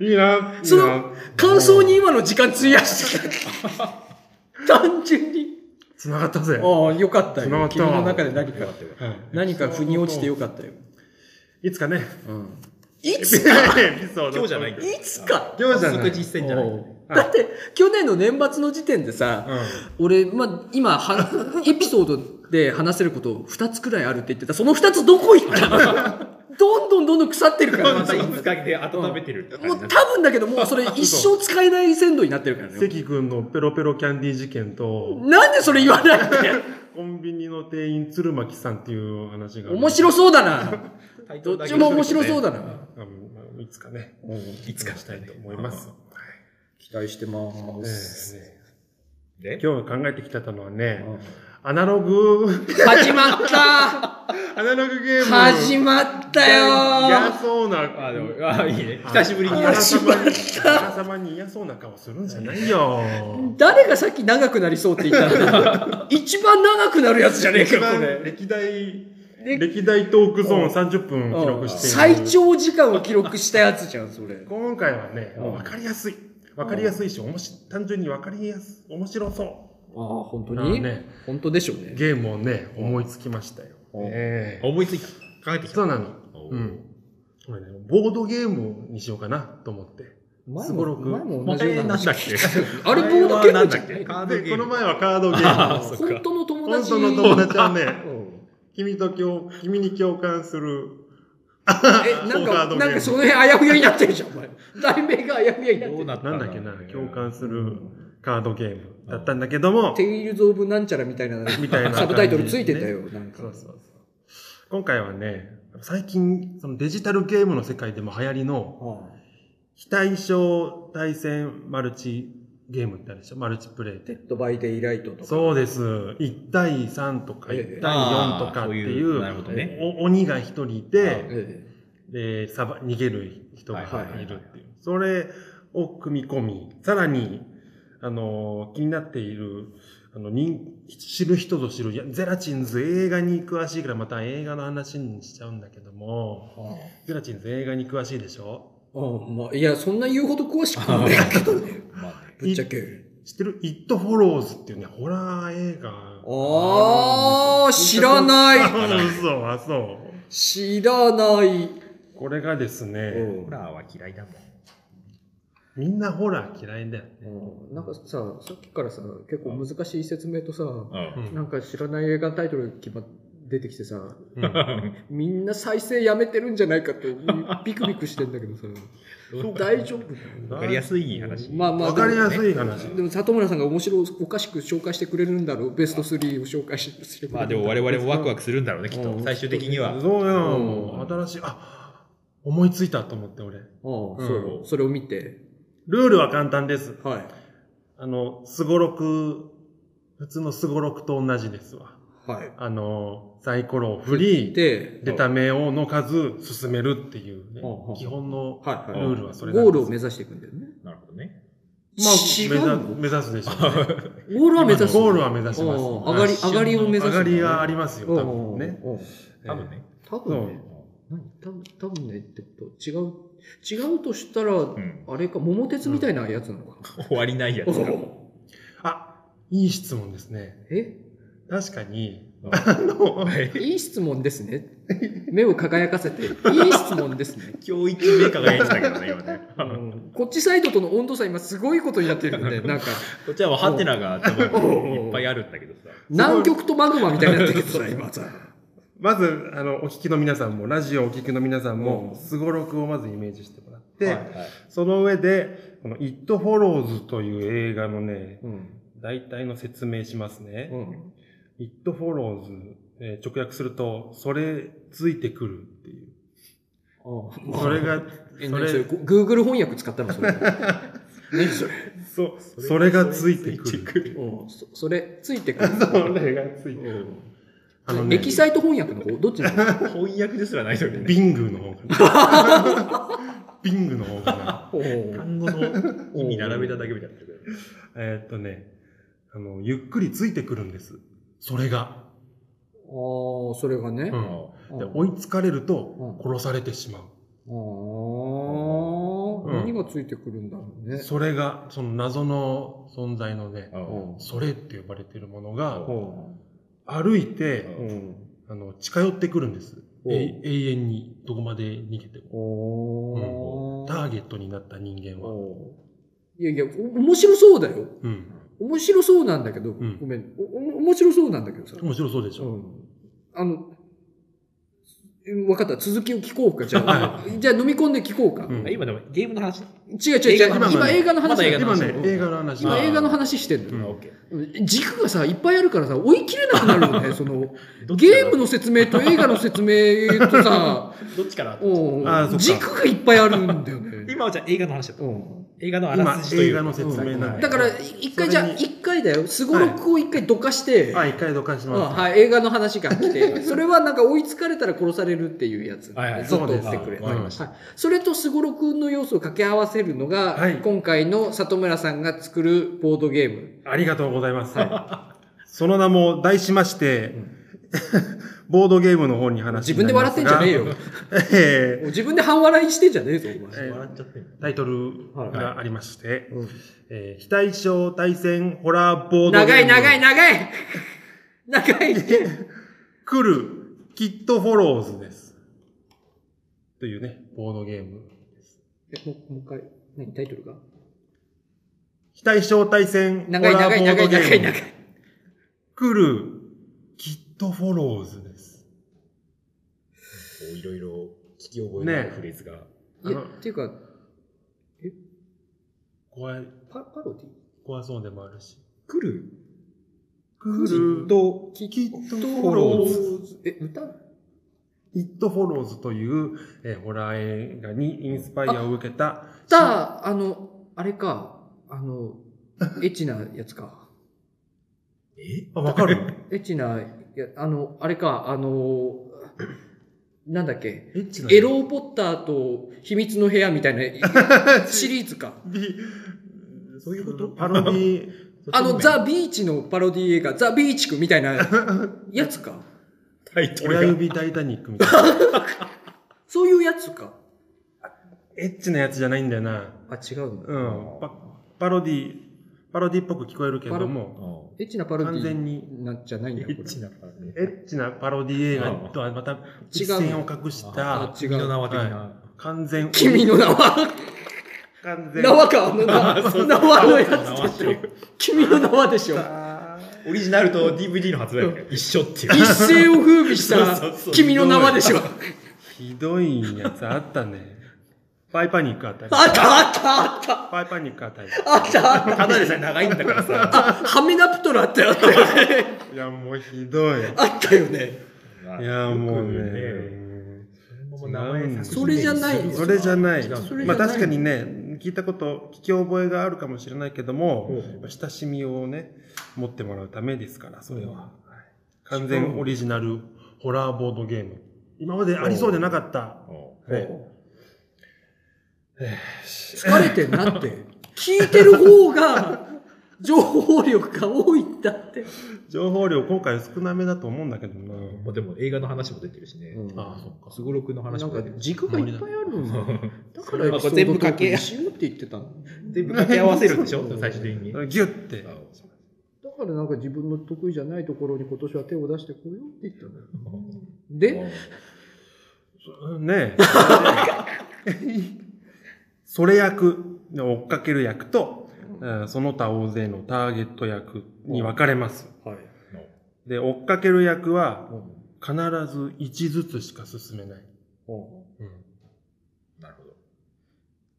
いいな、いい
そ
な
の。感想に今の時間費やしてた単純に
繋がったぜ。
ああよかった
つなが
よ
った
君の中で何か
はい
何か腑に落ちてよかったよ、
いつかね。
うん、い
エピ
つか
ソード
今日じゃないんだ
いつか
今日じゃない
即実践じゃない。
だって去年の年末の時点でさ、俺、まあ、今はエピソードで話せること2つくらいあるって言ってたその2つどこ行ったのどんどんどんどん腐ってるから
またいつかで温めてるって
も
感
う
じ
多
だ
分だけどもうそれ一生使えない鮮度になってるから
うん
ね
関君のペロペロキャンディー事件と、
なんでそれ言わないんだよ
コンビニの店員鶴巻さんっていう話が。
面白そうだなどっちも面白そう
だ。
だな
うんまあいつかね、
いつか
したいと思います。
期待してま
え
ーす、
い。で、
今日考えてきてたのはね、
うん
アナログ、
始まった
[LAUGHS] アナログゲーム。
始まったよ
嫌
ー
そうな。。
あ、でも、あ、いいね。久しぶりにやる。
始まった
皆様に嫌そうな顔するんじゃないよ。
誰がさっき長くなりそうって言ったの一番長くなるやつじゃねえ
[LAUGHS] 一
かこ
番
れ
歴代、
で
歴代トークゾーン30分記録している。
最長時間を記録したやつじゃんそれ
今回はね、
うん
わかりやすい。わかりやすいし、おもし単純にわかりやす、面白そ
ああ本当
う。
に、
ね、
本当でしょうね
ゲームをね、思いつきましたよ。
うん
ええ
思いついた。考えてきた。
そうなの。うん。これね、ボードゲームにしようかなと思って。
前
すごろ
も
く
前も同
あ
じよ
れ
う
な
な
ん
話
だっけ
あれボードゲームじゃん
あれはなんだっけカードゲーム
で、この前はカードゲームを。
そっか
本当の友
本
達
当の友達はね、
うん
君と共、君に共感する。
えなん
カー
か
ドゲーム
なんかその辺あやふやになってるじゃんお前題名があやふやになって
どう
る
なった
なんだっけな、共感するカードゲームだったんだけども、
テイルズ・オブ・なんちゃらみたいな
みたいな感じ
サブタイトルついてたよなんか
そうそうそう。今回はね、最近、そのデジタルゲームの世界でも流行りの、
ああ
非対称対戦マルチゲームってあるでしょマルチプレイって。
テッド・バイ・デイ・ライトとか
そうです。1対3とか
ええ
1対4とかっていう、
なるほどね。
お鬼が1人いて、
ええ
で、さば、逃げる人がいるっていう。
はいはいはいはい
それを組み込み、さらに、あのー気になっている、あの、人、知る人ぞ知る、いやゼラチンズ映画に詳しいから、また映画の話にしちゃうんだけども、ゼラチンズ映画に詳しいでしょ [LAUGHS]
ああまあ、いや、そんな言うほど詳しくはないけどね。
まあね
ぶっちゃけ。
知ってる ?It Follows っていうね、ホラー映画。
あー、知ら
[LAUGHS]
ない
あ、嘘、あ、そう。
知らない。
これがですね、
ホラーは嫌いだもん。
みんなホラー嫌いだよね。
なんかさ、さっきからさ、結構難しい説明とさ、
うん。
なんか知らない映画タイトル決ま出てきてさ、
うん
みんな再生やめてるんじゃないかってビクビクしてんだけどさ、大丈夫
わかりやすい話。
まあまあ、
わかりやす
い。
い話。
でも里村さんが面白おかしく紹介してくれるんだろう、ベスト3を紹介してくれるんだろう
まあでも我々もワクワクするんだろうね、きっ
う
と。
ん
最終的には。
そうやな、
うん
もう新しい。あ、思いついたと思って、俺。
ああ、そう、それを見て、
ルールは簡単です。
はい。
あの、すごろく、普通のすごろくと同じですわ。
はい。
あの、サイコロを振り、
で、
出た目をの数進めるっていうね、
うんうん
基本の
はい、はい。
ルールはそれ
ゴールを
目
目指していくんだよね。
なるほどね。
まあ、
違うの
目指目指すでしょうね、
ゴールは目指す。
ゴールは目指します。
おう上がり
はい
上がりを目指す
上がりがありますよ、
おう
多分ね。。
おうおう
多分ね。
多分ね。何多分多分ねってこと違う。違うとしたら、
うん。
あれか、桃鉄みたいなやつなのか。
終わりないやつが。
おう
あ、いい質問ですね。
え
確かに、
うん
あの、
いい質問ですね。目を輝かせて、いい質問ですね。
今日一名輝いてたけどね、今ね。
うんこっちサイドとの温度差今すごいことになってるよ [LAUGHS] ね。なんか、
こっちはもうハテナが頭に
おう
いっぱいあるんだけどさ。
南極とマグマみたいになってるけどさ、今さ。
まず、あの、お聞きの皆さんも、ラジオをお聞きの皆さん
うん
も、すごろくをまずイメージしてもらって、
はいはい
その上で、この It Follows という映画のね、
うん。
大体の説明しますね。
うん。
It Follows、えー直訳すると、それついてくるっていう。それが、
え、
そ
何
れ
それ、Google 翻訳使ったのそ [LAUGHS] れ。何それ。
そそれがついてくる。
る。
うん。そそれ、ついてくる。
それがついてく
う
る。
ん
あのね
エ、キサイト翻訳の方どっちなの
翻訳ですらないのにね。
ビングの方かな。ビングの方かな。
おー
単語の意味並べただけみたいになってるけど。
えーっとね、あの、ゆっくりついてくるんです。それが。
ああ、それがね。
う
あ
んで追いつかれると
うん
殺されてしまう。
あー、
うん
何がついてくるんだろうね。
それが、その謎の存在のね、
うん
それって呼ばれてるものが、
うん
歩いて、
うん
あの、近寄ってくるんです。
うん
え永遠に、どこまで逃げても。
お
ター
ー
ゲットになった人間は。
おーいやいや、お面白そうだよ。
うん。
面白そうなんだけど、
ん
ごめん。おお面白そうなんだけどさ。
面白そうでしょ。
うんあの、分かった。続きを聞こうか。じゃあ、じゃあ飲み込んで聞こうか。
うん
あ今でもゲームの話
違う違う違う。
今の
今
ね
映画の話
まだ
だ
映
よ
画の
今
話
ね、映画の話。
今
あー
映画の話してん
う
の
ん
あオッケー
軸がさ、いっぱいあるからさ、追い切れなくなるよ
[LAUGHS]
ね。その、ゲームの説明と映画の説明とさ、
どっちから
おう
あ [LAUGHS] ーそっか
軸がいっぱいあるんだよ
[LAUGHS]
ね。
今はじゃあ映画の話だった。
うん
映画のあら
今
す、じとい
映
う
画
か
の説明なんで
だから、一回じゃあ、
それに
一回だよ。すごろくを一回どかして、
あ、一回どかし
うん
ます。
はい、映画の話が来て、それはなんか追いつかれたら殺されるっていうやつ。
はいはい
ずっと
そう
追
で
っ
す
てくれる。
わかりまし
はいそれとすごろくの要素を掛け合わせるのが、
はい
今回の里村さんが作るボードゲーム。
ありがとうございます。その名も題しまして、ボードゲームの方に話
自
に
分
な
で
りま
笑っ
す
てん
が
じゃねえよ。。
[LAUGHS] え
自分で半笑いしてんじゃねえぞ、お前。
え
笑っちゃってる
ータイトルがありまして、
うん
えー非対称対戦ホラーボードゲーム。
長い長い長い長い
来る、キットフォローズです。というね、ボードゲーム。
えもうもう一回、何タイトルが
非対称対戦ホラ
長い長い
ーボー
長
ド
い
ゲ
長い
ー
長
ム。
い。
来る、キットフォローズです。
こういろいろ聞き覚えのある
ね
フレーズが。
いやっていうか、
怖い、
パパロディ
怖そうでもあるし。
来る
来る、
と
キット
フ
フォ
ォ
ロ
ロ
ー
ー
ズ
ズ。
え、歌
イット・フォローズという、えーホラー映画にインスパイアを受けた、
ただ、あの、あれか、あの、エッチなやつか。
え
あ、わかる
エッチな、いや、あの、あれか、あの、なんだっけ、
エッチな
エローポッターと秘密の部屋みたい [LAUGHS] なシリーズか。
ビ
そういうこと
パロディ、
あの、
そっち
ザ・ビーチのパロディ映画、ザ・ビーチクみたいなやつ [LAUGHS] か。
タイト
親
ルが。
指タイタニックみたいな。
そういうやつか。
エッチなやつじゃないんだよな。
あ、違うんだ。
うん。パパロディ、パロディっぽく聞こえるけども、
エッチなパロディ
完全に
なんじゃないんだこれ
なパロデ
エッチなパロディ映画とはまた一線を隠した
あ、違う
君の名は的な。
完全、
君の名は
完全、
縄川の縄縄のやつでしょ君の縄でしょ
あ
オリジナルと DVD の発売が一緒っていう。
一世を風靡し
そうそうそ
た
う
君の縄でしょ
ーひどいやつあったね。パイパニックあったり。
あったあったあった
パイパニックあったり。
あったあった
ただでさえ長いんだからさ。
ハメナプトラって
[LAUGHS]
あったよね
いや、もうひどい。い
あったよね
や、もう
よく
ね。
もう名前作品名
それじゃない
一緒
それじゃない
違うんだ
それじ
ま
ゃ
あ
ない
確かにね、聞いたこと、聞き覚えがあるかもしれないけども、親しみをね、持ってもらうためですから、それは。はい完全オリジナルホラーボードゲーム。今までありそうでなかった。はい
疲れてん
[LAUGHS]
なって聞いてる方が情報力が多いんだって
情報量今回少なめだと思うんだけどな。
まあでも映画の話も出てるしね。
うん
ああ、そっか。
すごろくの話
なん
も
か
出てるし。
軸がいっぱいあ
[LAUGHS]
るんだだからエ
ま
ピ
あ
ソ
こ
ー
れ全
ド
部
トー
掛
ク
け
にしようって言ってたの
全部掛け合わせるんでしょ最終的に。
ギュッて。
だからなんか自分の得意じゃないところに今年は手を出してこようって言ったの。で、 [LAUGHS]
ねえ。それ役、追っかける役と、うんその他大勢のターゲット役に分かれます。
はい。
で、追っかける役は
うん
必ず1ずつしか進めない。
なるほど。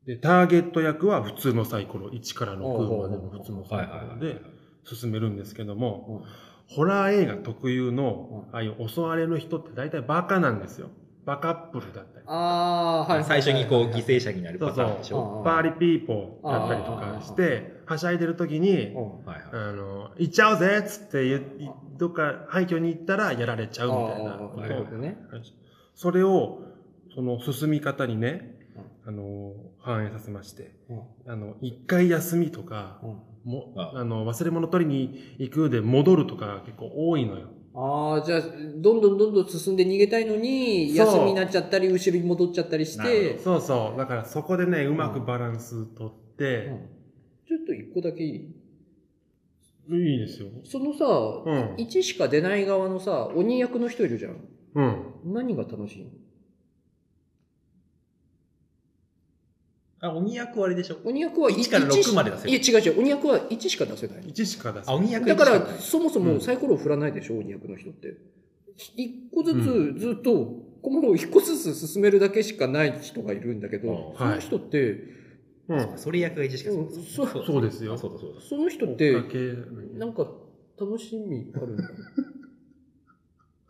で、ターゲット役は普通のサイコロ、1から6までの普通のサ
は
イ
いはい
コ
はい
ロで進めるんですけども、
うん
ホラー映画特有の、ああいう襲われる人って大体バカなんですよ。バカップルだったり。
あー、はい。
最初にこう犠牲者になるパターンでしょ。
あ
パーリピーポーだったりとかして、はしゃいでる時に、
う
はいはい。
あの、行っちゃおうぜっつって言い、どっか廃墟に行ったらやられちゃうみたいな
あ
こ
あ、な
な
る
る
ほ
ほ
どね。
と。それを、その進み方にね、あの、反映させまして、あの、一回休みとか、も
あ
あの忘れ物取りに行くで戻るとか結構多いのよ。
ああ、じゃあ、どんどんどんどん進んで逃げたいのに、
そう
休みになっちゃったり、後ろに戻っちゃったりし
なる
て、
そうそう。だからそこでね、うまくバランス取って
う、んちょっと一個だけいい
いいですよ。
そのさ、
うん。
1しか出ない側のさ、鬼役の人いるじゃん。
うん。
何が楽しいの
あ、鬼役あれでしょ。
鬼役は
1から
一し
6まで出せる
いや、違う違う。鬼役は1しか出せない。
1しか出せ
あ、
ない。
鬼役
だか
一緒
ら、
だね
そもそも
うん
サイコロを振らないでしょ、鬼役の人って。一個ず
う
つずっと、コマを一個ずつ進めるだけしかない人がいるんだけど、
あ
その人って、
うん。
それ役が一しか
うんそう
そうですよ
あそうだそうだ。
その人っ
追ってか、け
なんか、楽しみあるんだ。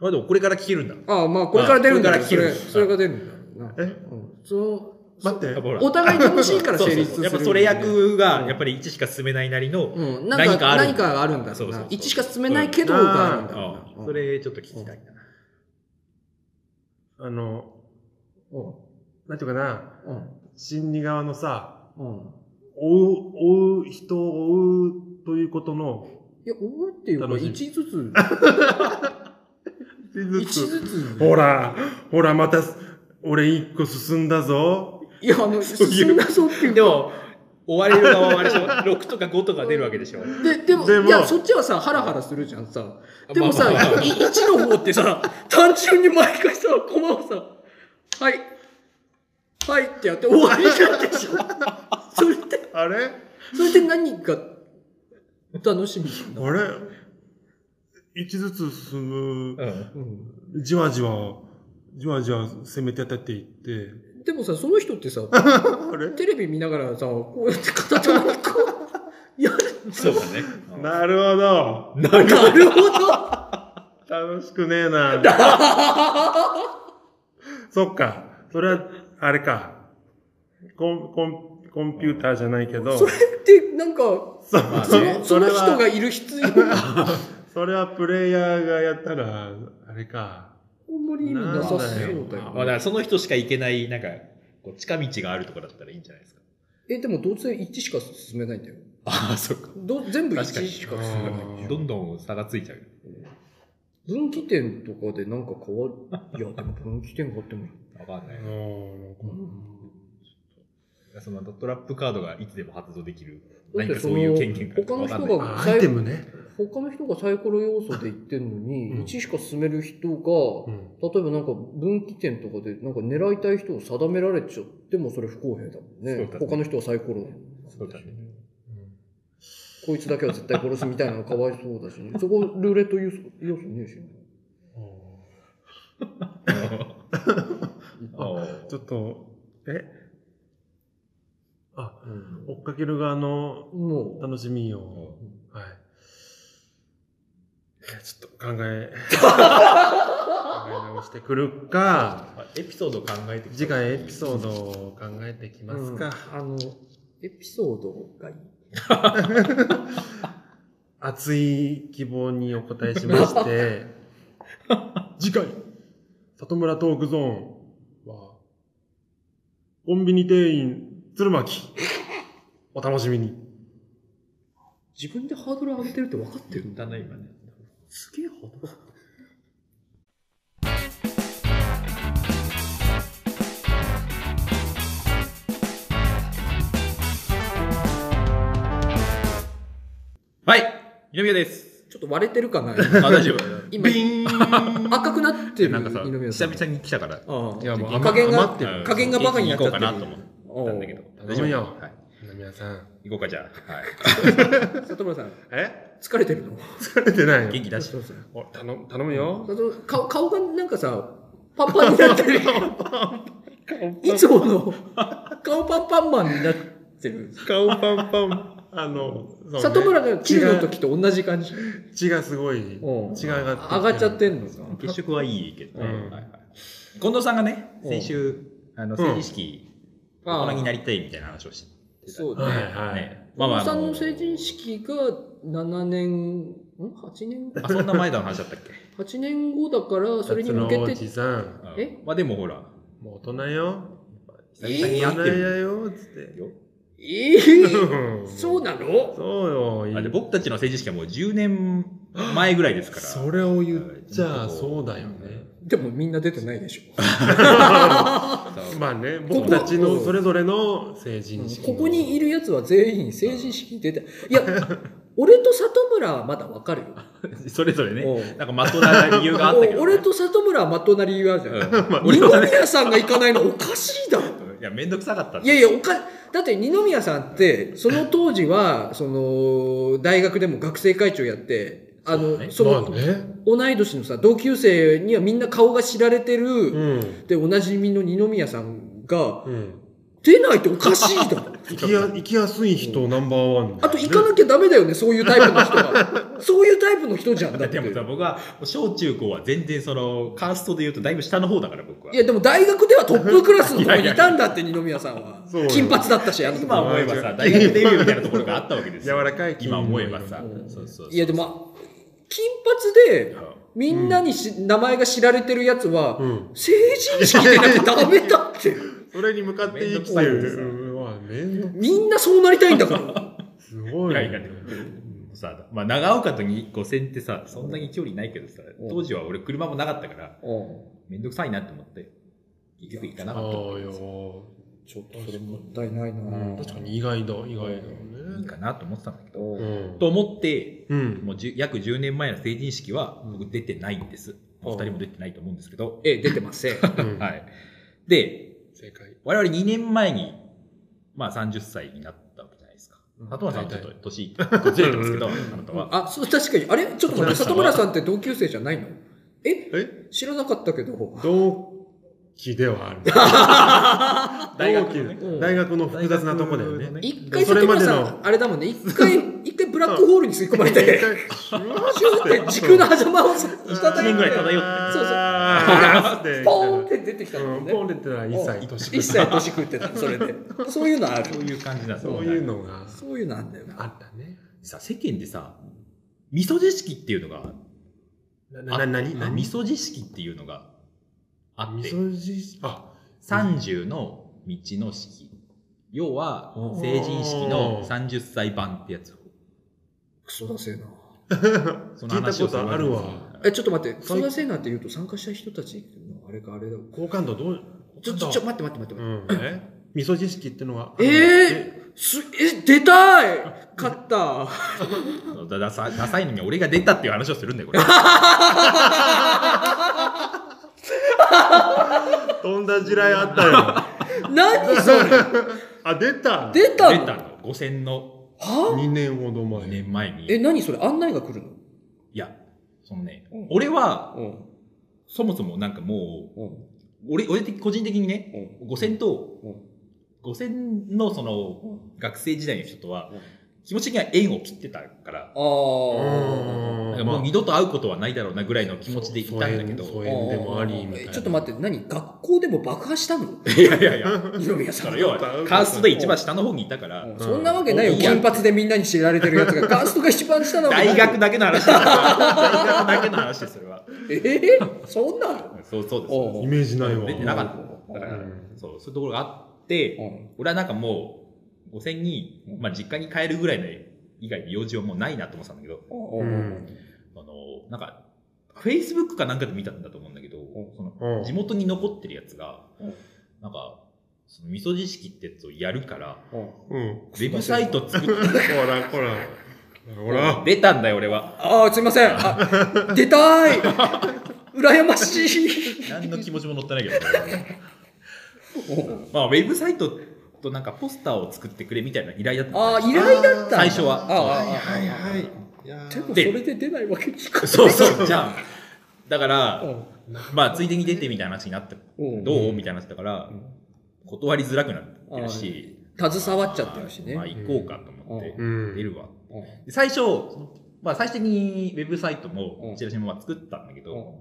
あ、でもこれから聞けるんだ。
ああ、まあ、これから出るんだ
あこ
そ
れから
れ、
聞ける
それが出るんだろうな。
え
うんその、
待って。
ほら
お互い楽しい [LAUGHS] から成立す
そうそうそう
る。
やっぱそれ役が、やっぱり1しか進めないなりの、
うん、なん
何
か、
かある
何かがあるんだろ
そう
う
そうそ
な
う。
一しか進めないけど、があるんだろ
あ
うな。
それちょっと聞きたいな。
あの、
うん、
なんていうかな、
うん、
心理側のさ、
うん。
追う、追う人を追うということの、
いや、覚えてよ、
楽しい
一ず [LAUGHS] つ、
ず
一ず [LAUGHS] つ。
ほら、ほら、また、俺一個進んだぞ。
いや、あ
[LAUGHS]
の、
ういう
進んだぞっていう。
でも、追われる側はあれでしょ ?6 とか5とか出るわけでしょ
で、でも、
でも
いや、そっちはさ、ハラハラするじゃんさ。でもさ、
まあまあ
[LAUGHS]
まあ
い1の方ってさ、単純に毎回さ、コマをさ、はい、はいってやって終わりなんで
[LAUGHS]
しょ。それって、
あれ
それって何が楽しみなの
あれ一ずつ進む、
うん
うん
じわじわ、じわじわ攻めて当たっていって、
でもさ、その人ってさ、
あれ
テレビ見ながらさ、こうやって片手にこ
[LAUGHS]
う、やる。
そうだね。
なるほど。
なるほど。
[LAUGHS] 楽しくね
[LAUGHS]
えな。そっか。それは、あれか。コン、コン、コンピューターじゃないけど。
それって、なんか、
そう
まあ
そ
ね
のその人が
は、
いる必要が
それはプレイヤーがやったら、あれか。
あんまり意味なさそうだよね。
まあ、だからその人しか行けない、なんか、こう近道があるとこだったらいいんじゃないですか。
え、でもどうせ1しか進めないんだよ。
ああ、そっか。
ど全部
確か
1
に
しか進めないでしょ。
どんどん差がついちゃう。
分岐点とかでなんか変わる。いや、でも分岐点があってもいい。
わかんない。
うん
うん
そのドットラップカードがいつでも発動できる。
だっ
何
て
か
そ
そう
の
いう権限が
他の
わかん
人
ない
が
あ
サ
アイ
イ
テムね。
他の人がサイコロ要素で言ってんのに、
うん
1しか進める人が、
ん。
例えばなんか分岐点とかでなんか狙いたい人を定められちゃってもそれ不公平だもんね。
そうだね
他の人はサイコロなの
そうだね。
こいつだけは絶対殺すみたいなのかわいそうだし、ね、そこルーレット要素要素ねえし、
ちょっと、えあ、
うん
追っかける側の
もう
楽しみ
う
を。
ん
はい。えちょっと考え、考え直してくるか、
あエピソードを考えてきた
次回エピソードを考えてきますか。
うんあのエピソードがいい。
熱い希望にお答えしまして、 [LAUGHS] 次回、里村トークゾーンは、コンビニ店員、鶴巻、お楽しみに。
自分でハードル上げてるって分かってるんだ
だな今ね。
すげえハードル。
はい二宮
[LAUGHS]
です。
ちょっと割れてるかな
あ、大丈夫。
[LAUGHS] 今
ビーン
赤くなってる
なんかさ、
二宮
久
さん
々に来たから。
ああ
いやもう
加減が
余ってる。
加減がバカになっちゃってる
行こうかなと思ったんだけど。
頼むよ
はい。
皆さん。
行こうか、じゃあ。はい。
里村さん
え
疲れてるの
疲れてない
元
よ。
気出し
そうそう
お頼む頼むよ。
里村顔顔がなんかさパンパンになってるいつもの顔パンパンマンになってる
顔パンパン。あの、そうね
里村が9の時と同じ感じ
血がすごい、
うん
血が上がってきて
上がっちゃってんのさ
血色はいいけど、
うん
はいはい近藤さんがね
うん
先週あの
ん
成人式
ああ
大人になりたいみたいな話をしてた
そうだ
は
ね
いはい。
ねまあまあ
馬
あ
さんの
の
成人式が7年ん8年
あそんな前だの話だったっけ
8年後だからそれに向け
辰野お
て
じさん、
うん
[LAUGHS] え
まあでもほら
もう大人よ。
久々に会
大
って
人
る
やよ、つって。
よ
ええそ
そ
うなの
[LAUGHS] そうよ。
あで僕たちの成人式はもう10年前ぐらいですから
それを言っちゃそうだよね。
でもみんな出てないでしょ
そう
まあね、僕たちのそれぞれの成人式。
ここにいるやつは全員成人式に出ていや [LAUGHS] 俺と里村はまだわかるよ、
それぞれね
おう
なんかまとな理由があったけどね
お俺と里村はまとな理由あるじゃん、
うん
二
俺はね
宮さんが行かないのおかしいだろ
いやめんどくさかった
いやいやおかだって二宮さんってその当時はその大学でも学生会長やってあ
そう
の
だね
そ
まあ
の
ね。
同い年のさ同級生にはみんな顔が知られてる、
うん。
でおなじみの二宮さんが
うん。
出ないっておかしい
[LAUGHS]
だろ
行きや、行きやすい人ナンバーワン。
あと行かなきゃダメだよね、そういうタイプの人
[LAUGHS]
は。そういうタイプの人じゃん、だって。
でもさ
い
僕は小中高は全然そのカーストで言うとだいぶ下の方だから僕は
や、でも大学ではトップクラス
[LAUGHS]
のとこにいたんだって、二宮さんは
そうよ。
金髪だったし、あの
今
時。
思えばさ大学デビューみたいなところがあったわけですよ
柔らかい
今思えばさ
うん
そうそうそう
いや、でも、金髪で、みんなにし、名前が知られてるやつは、
うん。
成人式でなきゃダメだって。
それに向かって生きてる。うわ、めんど
みんなそうなりたいんだ
[LAUGHS]
から。
すご
い
い。
やいやでもさまあ、長岡とに五線ってさそんなに距離ないけどさ
うん
当時は俺車もなかったから
うん
めんどくさいなと思って結局行かなかった
そうよ。
ちょっとそれもったいないな
うん確かに意外だ、意外だ
いい
ね。
かなと思ってたんだけど、
うん。
と思って
うん。
もう10約10年前の成人式は僕出てないんです、
うん
お二人も出てないと思うんですけど、
ええ、出てません。
うん
はいで
正解。
我々2年前にまあ30歳になったわけじゃないですか
うん
里村さんはちょっと年ずれてますけどあなたは
あ、そう、確かに。あれちょっと待って、里村さんって同級生じゃないのえ
え
知らなかったけど。
同期で [LAUGHS] はある。
大学の
同
ね
期で大学の複雑なとこだよね。
一回
それ
里
ま
村
での
さん、あれだもんね、一
[LAUGHS]
回、一回ブラックホールに吸い込まれて、
シュ
シューって時空の狭間をさ
一
叩い
年ぐらい
て、
漂って
そうそう
そう
ポーンって出てきたも
うんん、
ね
ポ。ーンって言ったら一切年
一切年食ってた、それで。そういうのあ
そう
る。
いう感じなんです
そ
よ
ういうのが
そういうのあんだよ
あ
な。
ったね。
さ世間でさ味噌知識っていうのが
な、
あ
な、なに、な
味
に
噌知識っていうのがあっ
味
て
噌汁、あ、
30の道の式要は
おー
成人式の30歳版ってやつ
クソだせえな。
そ
聞いたことあるわ。
え、ちょっと待って、クソだせえなんて言うと参加した人たちのあれかあれだ。
好感度どう
ちょ、ちょ、ちょ、待って待って待って
う
待っ
ん、え味噌知識っていうのはあるんだって。
えー、すえ出たい勝
[LAUGHS]
った
だダサダサいのに俺が出たっていう話をするんだ
[LAUGHS]
よ、これ。
とんだ地雷あったよ。
何それ
[LAUGHS] あ、出た
出たの
出たの ?5000 の
は
?2 年ほど
5
前。
年前に。
え
い
何それ案内が来るの
や、そのね
うん、
俺は、
うん
そもそもなんかも
うん
う、俺、俺的個人的にね、
うん
5000と、5000のその、
うん
学生時代の人とは
うん、
気持ち的には縁を切ってたから、
あ
うん
ー
なんかもう二度と会うことはないだろうなぐらいの気持ちでいたんだけど。
疎
あ
遠疎遠でもありみたい
ー
な。
ちょっと待って何学校でも爆破したの
いやいやいや。
二宮さ
そ
ん
の要は、カーストで一番下の方にいたから、
そんなわけないよ、
うん
金髪でみんなに知られてるやつ
[LAUGHS]
が、ガーストが一番下なわけな
大
い
学だけの話ですよ大学だけの話です、それは。
えー、そんなの
そうそうです
お
そ
う
う
イ
で
メージないわ。
出てなかった
う
す。だか
ん
ら
うん、
そう、そういうところがあって、俺はなんかもう、5000に、まあ実家に帰るぐらいの以外に用事はもうないなと思ってたんだけど、
うん
うん
あの、なんか、Facebook かなんかで見たんだと思うんだけど、その
うん
地元に残ってるやつが
うん、
なんか、その味噌知識ってやつをやるから、
うん。
ウェブサイト作って、 [LAUGHS]
ほら、ほら。ほら。
出たんだよ俺は。
ああ、すいません。あ出たい羨ましい
[LAUGHS] 何の気持ちも乗ってないけど。 [LAUGHS] まあ、ウェブサイトとなんかポスターを作ってくれみたいな依頼だった
ああ、
ん
依頼だったんだ
最初は
ああああ
はいはい
ああでもそ
は
で
れで出ないわけにい
だ
かない。
そうそう、じゃあ。だか
う
ら、
ん
まあ、ついでに出てみたいな話になって、
うん
どうみたいな話だから、断りづらくなってるし。
携わっちゃってるしね。
まあ、行こうかと思って
い。う、ん。
出るわ。
うん
で最初、そのまあ、最終的にウェブサイト
う
も
ん、
チラシもまあ作ったんだけ
う
ど、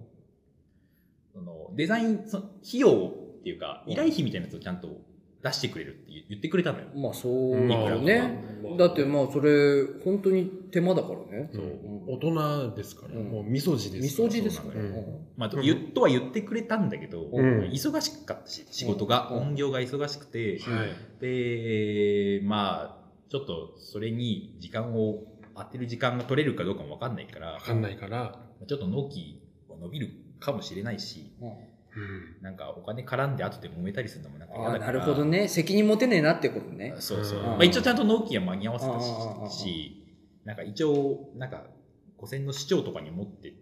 そのデザイン、その費用っていうか、依頼費みたいなやつをちゃんと出してくれるって言言ってくれたのよ。
んまあ、そうだよ
まあ
ね。だってまあ、それ、本当に手間だからね。
そう
うん
大人ですから、
うん
もう味噌汁で
味
すか
噌
ら。
汁ですから
そうなの
ね
よ。
まあ、と
うん
言とは言ってくれたんだけど、
うん
忙しかったし仕事が、
うん
本業が忙しくて、
はい。
でまあちょっとそれに時間を当てる時間が取れるかどうかも分かんないから
わかんないから。
ちょっと納期は伸びるかもしれないし
うん
うん。
なんかお金絡んで後で揉めたりするのもなんか
あ
嫌
あ、
だから
なるほどね。責任持てねえなってことね。
そうそう、
うん
まあ、一応ちゃんと納期は間に合わせた
うんうんうんうん
ししなんか一応なんか5000の市長とかに持ってっ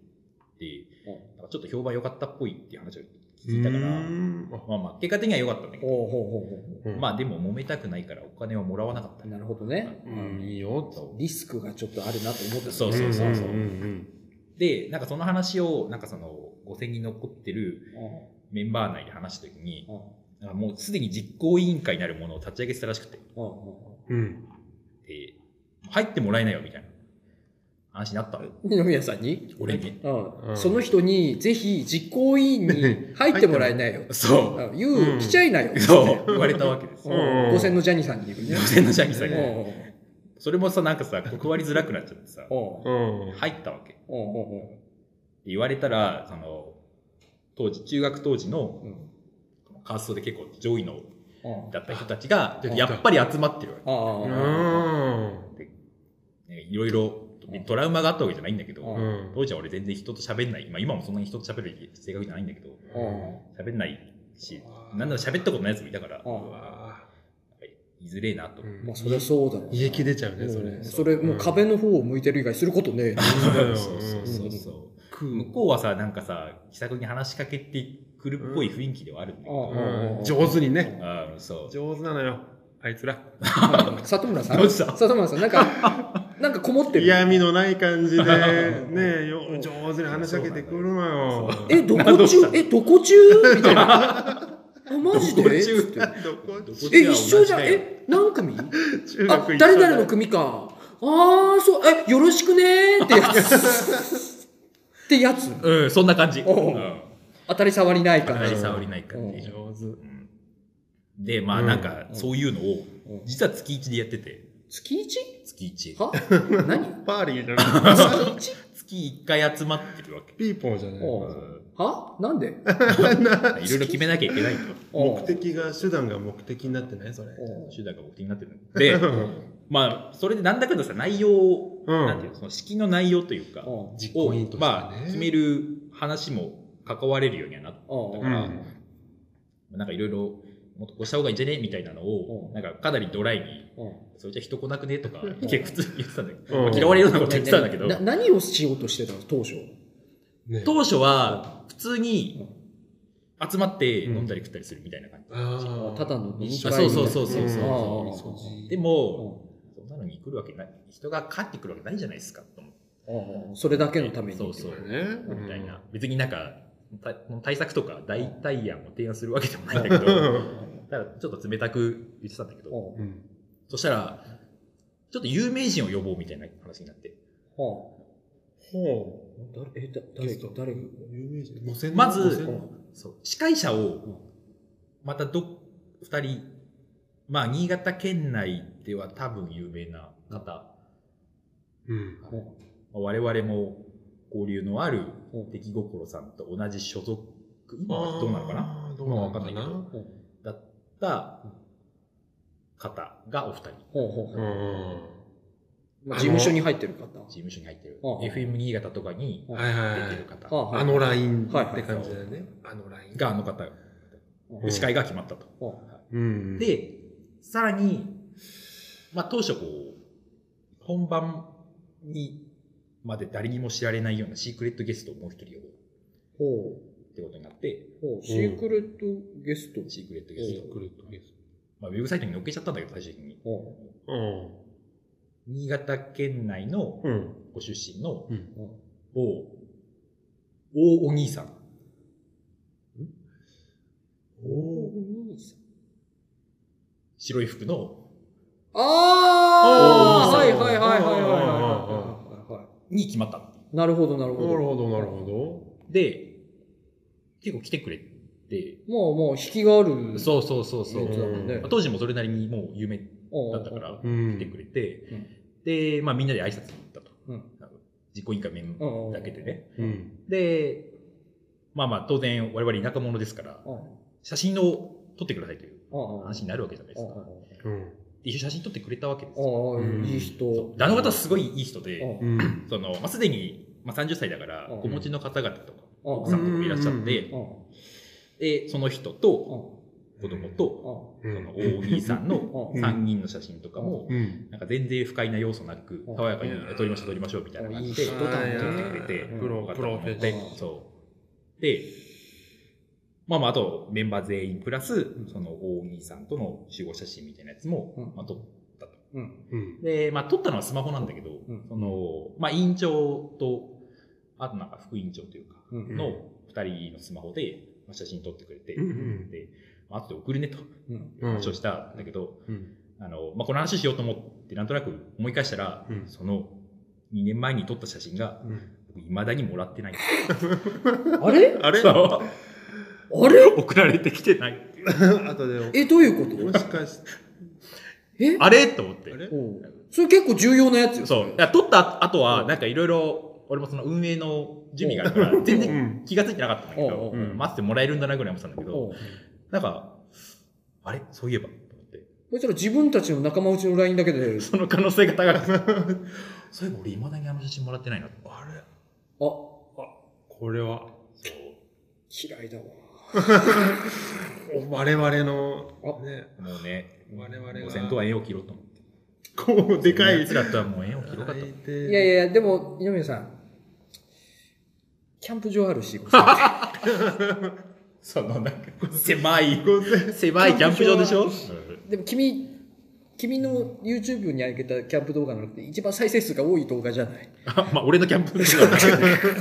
て
うん
なんかちょっと評判良かったっぽいっていう話を聞
う
いたから。
ん。あ
まあまあ、結果的には良かったんだけど、
ほうほうほう
うん
まあでも揉めたくないからお金はもらわなかった
ほう。なるほどね。
うん、いいよ。
そ
リスクがちょっとあるなと思ってた
そうそうそうそうん
ん
うで、なんかその話を、なんかその、5000人残ってる
う
メンバー内で話した時に、
んうん
なんかもうすでに実行委員会になるものを立ち上げてたらしくて、
う
うんうん。
で、入ってもらえないよみたいな話になったの。
ん二宮さんに、
俺に。。
う、
うんん
その人にぜひ実行委員に入ってもらえないよ
そ
うん言う、
うん
来ちゃいなよ。
う。そう。言われたわけです
う
よ。
ん。
うん
五線のジャニーさんに言うね。
5000の社員さ
うん
が。
ん。
それもさ、なんかさ、断りづらくなっちゃってさ、
うん。うん。
うん。
入ったわけ。って
うん。
言われたら、その、当時、中学当時の
うん。
カーストで結構上位の
うん。
だった人たちが、やっぱり集まってるわけ。
う
ああ。
ん。
ねいろいろ
うん、
トラウマがあったわけじゃないんだけど、
うん
うん。
当時は俺全然人と喋んない。まあ今もそんなに人と喋る性格じゃないんだけど、
うん。
喋んないし、なんなら喋ったことないやつもいたから、
うん
うわ
いずれえなと
ーう。ん
まあ、そりゃそうだろうな。
胃液出ちゃうね、そ
うん
れ。
それ、もう壁の方を向いてる以外することねえな。
うん
そうそうそうそう。
食
向こうはさ、なんかさ、気さくに話しかけてくるっぽい雰囲気ではあるんだけど、
うん
うん上手にね。
ああ、そう。
上手なのよ。あいつら。
里村さん
どうした
里村さん、なんか、なんかこもってる。
嫌味のない感じで、ね、よ上手に話しかけてくるのよ。
[LAUGHS]
え、どこ中え、どこ中みたいな。あ、マジで
どこ中
つって
[LAUGHS] どこ
どこ
え、
ちら
一
は
緒じゃん。
同だよ
え、何組
中
あ
学、一緒だ
誰々の組か。ああ、そう、え、よろしくねーってやつ。ってやつ。
うん、そんな感じ。
おう
うん
当たり障りない
当
感
たり
じ。
障りない感じ。
上手。
うんで、まあなんか、そういうのを
うん、
実は月1でやってて、
月一
月1。 [LAUGHS]
は何
パーリーじゃない。
月一
月1回集まってるわけ。
ピーポーじゃない。
おうは [LAUGHS] なん
[LAUGHS]
で
いろいろ決めなきゃいけないと。
目的が、手段が目的になってないそれ。
おう
手段が目的になってるんで、まあ、それでなんだかんださ、内容を、
うん
なんていうの、その式の内容というか、を、
おう
実行委員としてね。
まあ、決める話も関われるようにはなっ
おう
た
お
か
う
ら、
うん
なんかいろいろもっとこうした方がいいんじゃねみたいなのを、
うん
なんかかなりドライに、
うん
それじゃ人来
[LAUGHS]
なくねとか、意見普通に言ってたんだけ
う
ど、
ん
嫌われるようなこと言ってたんだけど、
な何をしようとしてたの当初
ね
当初は普通に集まって飲んだり食ったりするみたいな感じ。
ああ
ただの飲酒
あ
会
そう
み
そ
たいな
うそうそうそう。
うん
で
う
も、
ん
そんなのに来るわけない、人が帰ってくるわけないじゃないですか、と思って
ああそれだけのために
そうそう
ってこ
ね
みたいな。別になんか、た対策とか代替案を提案するわけでもないんだけど、ただちょっと冷たく言ってたんだけ
とう
ど、
ん
うん
そしたら、ちょっと有名人を呼ぼうみたいな話になって。
は
ほ
あだえだ
うゲ
誰
スト
誰が
有名人5000
まず
5000
そう司会者を、またど、二人、まあ、新潟県内では多分有名な方、
うん
まあ我々も交流のある
うん
出来心さんと同じ所属、今はどうなのかな
あーど
今は分かんないけ
う
ど、
ほう
だった方がお二人、
ほうほうほう
う
まあ事務所に入ってる方
事務所に入ってる、
ああ
FM 新潟とかに
んはいはいは
出てる
い
方、
あ
あのラインっ
はいはい
て感じだよねあのライン
があの方、
うん
司会が決まったと。
うん
うん
で、さらに、まあ当初こう、本番にまで誰にも知られないようなシークレットゲストをもう一人呼ぼう
ほ
ってことになって、
うほうシークレットゲスト
シークレットゲスト。
くるとゲス
まあウェブサイトに載っけちゃったんだけど、最終的に。
ほう
ト
新潟県内の
うんうん
ご出身の
うん
ほ
某、大お兄さん。
うお兄さん
白い服の、
あ
お
あは
ー
いはいはいはいはいはいはいはいは
に決まったっていう。
いなるほどなる
な
ほ
る
ど
ほどなるほ
で、結構来てくれて、
もうもう引きがある
そうそうそうそう。
やつだもんね
まあ当時もそれなりにもう有名だったから、
どう
来
ん
てくれて、
うん
で、まあ、みんなで挨拶に行ったと、
うん
あの実行委員会メンバーだけでね、
うん
でまあまあ当然我々田舎者ですから
うん
写真を撮ってくださいという
うんうん
話になるわけじゃないですか、
うん
で一緒に写真撮ってくれたわけですよ、
ああ、
うん
いい人。
そうあの方すごいいい人
う
で、
ん
うん
そのまあ、すでに、まあ、30歳だから
うん
お持ちの方々とか
うん
奥さんとかもいらっしゃって、
うん
でその人
うんう
と
ん
子供と、
う
その大お兄さんの
うん
3人の写真とかも、
うん
なんか全然不快な要素なく
うん
爽やかに撮りましょう撮りましょうみたいな感じで
いい人だね
撮ってくれて
うん
プロプロフェッショナ
ル
そう。で、まあまあ、あと、メンバー全員プラス、その、大兄さんとの集合写真みたいなやつも、
うん
まあ、撮っ
うん
うん
で、まあ、撮ったのはスマホなんだけど、
うん
その、まあ、委員長と、あとなんか副委員長というか、
うん
ん
の二人のスマホで、まあ、写真撮ってくれて、
うんうん
で、まあ、後で送るねと、
うん
うん
話をしたんだけど、
うん
あの、まあ、この話しようと思って、なんとなく思い返したら、
うん
その、2年前に撮った写真が、僕、未だにもらってない。
あれ
あれ
そう
あれ
送られてきてない。
あとで
え、どういう
も
こと
しかして
え
あれと思って
あ。れ
おうそれ結構重要なやつよ。
そう。いや撮った後は、なんかいろいろ、俺もその運営の準備があるから、全然
ん
気がついてなかったんだけど、
うん
うん
待ってもらえるんだなぐらい思ってたんだけど、
おう
なんか、あれそういえば、と思って。
こいつら自分たちの仲間内の LINE だけで、
その可能性が高かった。そういえば俺、未だにあの写真もらってないなと。あれ
あ、
これは
嫌いだわ。
お我々の
あ
ね
もうね、
我々が
五千とは縁を切ろうと思って。
こうでかい
奴らとはもう縁を切ろうかと
相。手
いやいや、でも、二宮さん、キャンプ場あ
[LAUGHS]
るし、こっちあ
そのなんか狭い、
5000
狭いキャンプ場でしょ
でも君、君の YouTube に上げたキャンプ動画なのって一番再生数が多い動画じゃない。
あまあ俺のキャンプ場 [LAUGHS] だから。
キャ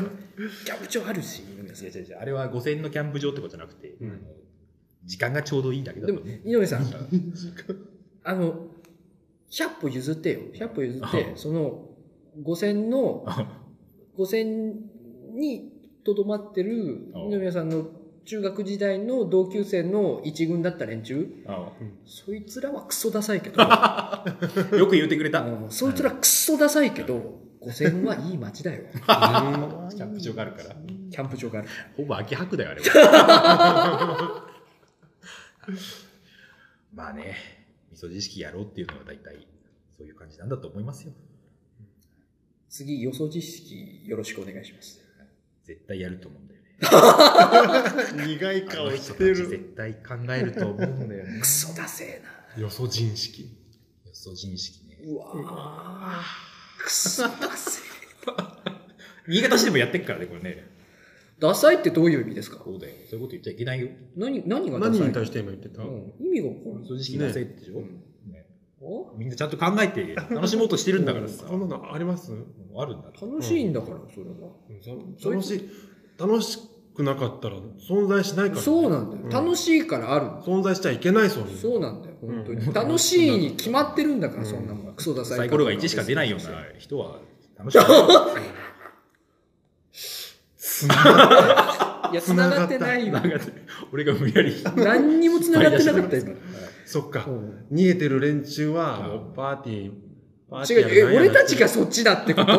ンプ場あるし、二宮さん
違う違う違うあれは五千のキャンプ場ってことじゃなくて、
うん
あの時間がちょうどいいだけだ
で
と
も
ね、。
井上さん、
時間
あの、100歩譲ってよ。100歩譲っ
あ
て、その、5000の、5000にとどまってる、
あ
二宮さんの中学時代の同級生の一軍だった連中、
あ
そいつらはクソダサいけど、 [LAUGHS] あ
あよく言ってくれた。
のそいつらクソダサいけど、5000はいい街だよ。
キャンプ場があるから。
キャンプ場がある。
ほぼ秋白だよ、あれは。
[LAUGHS]
まあね、味噌知識やろうっていうのは大体、そういう感じなんだと思いますよ。
次、予想実識よろしくお願いします。
絶対やると思うんだよね。
苦い
あの
顔
人
したて
ち
る。
絶対考えると思うんだよね
[LAUGHS]
ク。ソだせえな
よそ人識。
予想人識ね。
うわークソだせえ
新潟市でもやってっからね、これね。
ダサいってどういう意味ですか
そうだよ。そういうこと言っちゃいけないよ。
何何がダ
何
サい
に対して今言ってた
うん意味が分から
予
ない
想人識のせいでしょ、ね
お
みんなちゃんと考えて楽しもうとしてるんだからさ。
そんなのあります
もうあるんだと。
楽しいんだから、それは。
そ楽しい、楽しくなかったら存在しないからね。
そうなんだよ、
うん
楽しいからあるんだ
存在しちゃいけないそうに。
そうなんだよ本当に、
うん
楽しいに決まってるんだから、
うん
そんなもんクソダサい
サイコロが1しか出ないような人は楽しい。
つな
いや繋がってないわ
なんか俺が無理やり。
何にも繋がってなかった今、
[LAUGHS] そっか
う。ん
逃げてる連中は、
うん
もうパーティー、パー
違
ティー
う
やら
え
なんやら
俺たちがそっちだってこと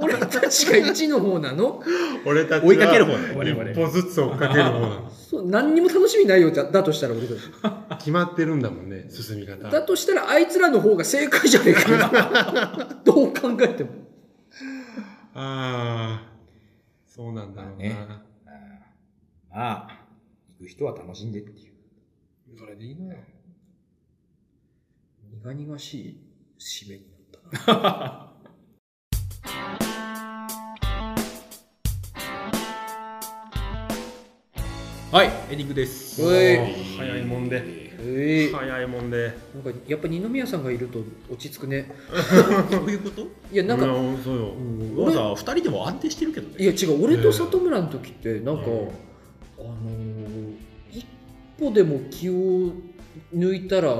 俺たちが1の方なの
俺たちが
追いかける方ね我々
一歩ずつ追っかける方なの。
そう何にも楽しみないよだだとしたら俺たち
決まってるんだもんね、進み方。
だとしたらあいつらの方が正解じゃねえかなどう考えても
ああ、そうなんだろうな。
ねまあ、行く人は楽しんでっていう。
それでいいのよ。
苦々しい締めになったな
はい、エンディングです。
おい
早いもんで。
えい
早いもんで。
なんかやっぱ二宮さんがいると落ち着くね。
どういうこと
いやなんか、
うそうよ。
うん
わ
俺
ざわざ2人でも安定してるけどね。
いや違う俺と里村の時ってなんか、あ
うん
のー一歩でも気を抜いたら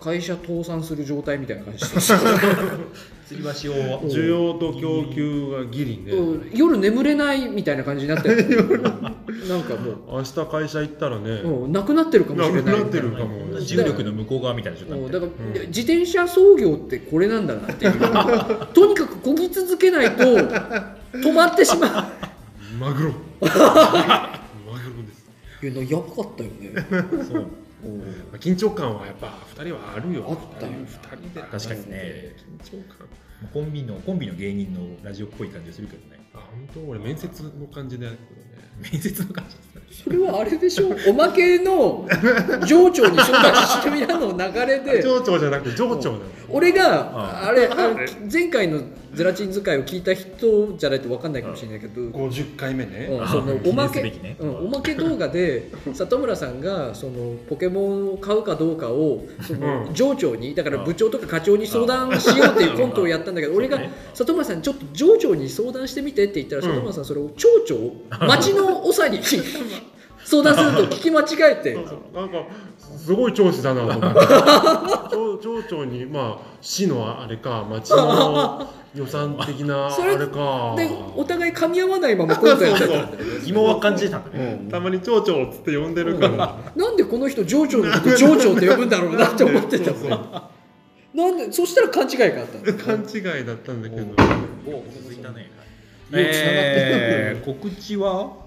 会社倒産する状態みたいな感じでした。 [LAUGHS]
吊り橋を。
需要と供給がギリね。
うん夜眠れないみたいな感じになってる。なんかもう。
明日会社行ったらね、
もうなくなってるかもしれない
なくなってるかも
みたいな
重力の向こう側みたいな状態
も
み
う
た
だ
いな
か
う
ら、
ん
で自転車操業ってこれなんだなっていうとにかくこぎ続けないと止まってしまう
マグロ。マグロです。
いや、なやばかったよね。
そう
うん
まあ緊張感はやっぱ二人はあるよ。
あったよ
二人で話して
確かにね。
緊張感。
コンビのコンビの芸人のラジオっぽい感じがするけどね
あ本当俺面接の感じでやるけどね。
面接の感じですね
それはあれでしょおまけの情緒に紹介してみたの流れで
情緒じゃなくて情緒なの。
俺
あ
があれあの前回のゼラチン使いを聞いた人じゃないと分かんないかもしれないけど、
五十回目ね。
うんその
あ
おま
記
け、
念すべきね
うんおまけ動画で里村さんがそのポケモンを買うかどうかをその
うん
上長にだから部長とか課長に相談しようっていうコントをやったんだけど俺が里村さんちょっと上長に相談してみてって言ったら
うん
里村さんそれを町長町の長
[LAUGHS]
に相談すると聞き間違えて
そうそうなんかすごい調子
[LAUGHS]
だなと思って町町長にまあ市のあれか町の予算的な
[LAUGHS]
あ
それ
れか
でお互い噛み合わないまま今回やっ
そ
た
うそう
疑問は感じてたんだね
たまに町長っつって呼んでるから
なんでこの人上長のこと上長って呼ぶんだろうなって思ってた
そうそう
なんでそしたら勘違いがあったんだ
勘違いだったんだけど
続いたね
よく繋がって
えー告知は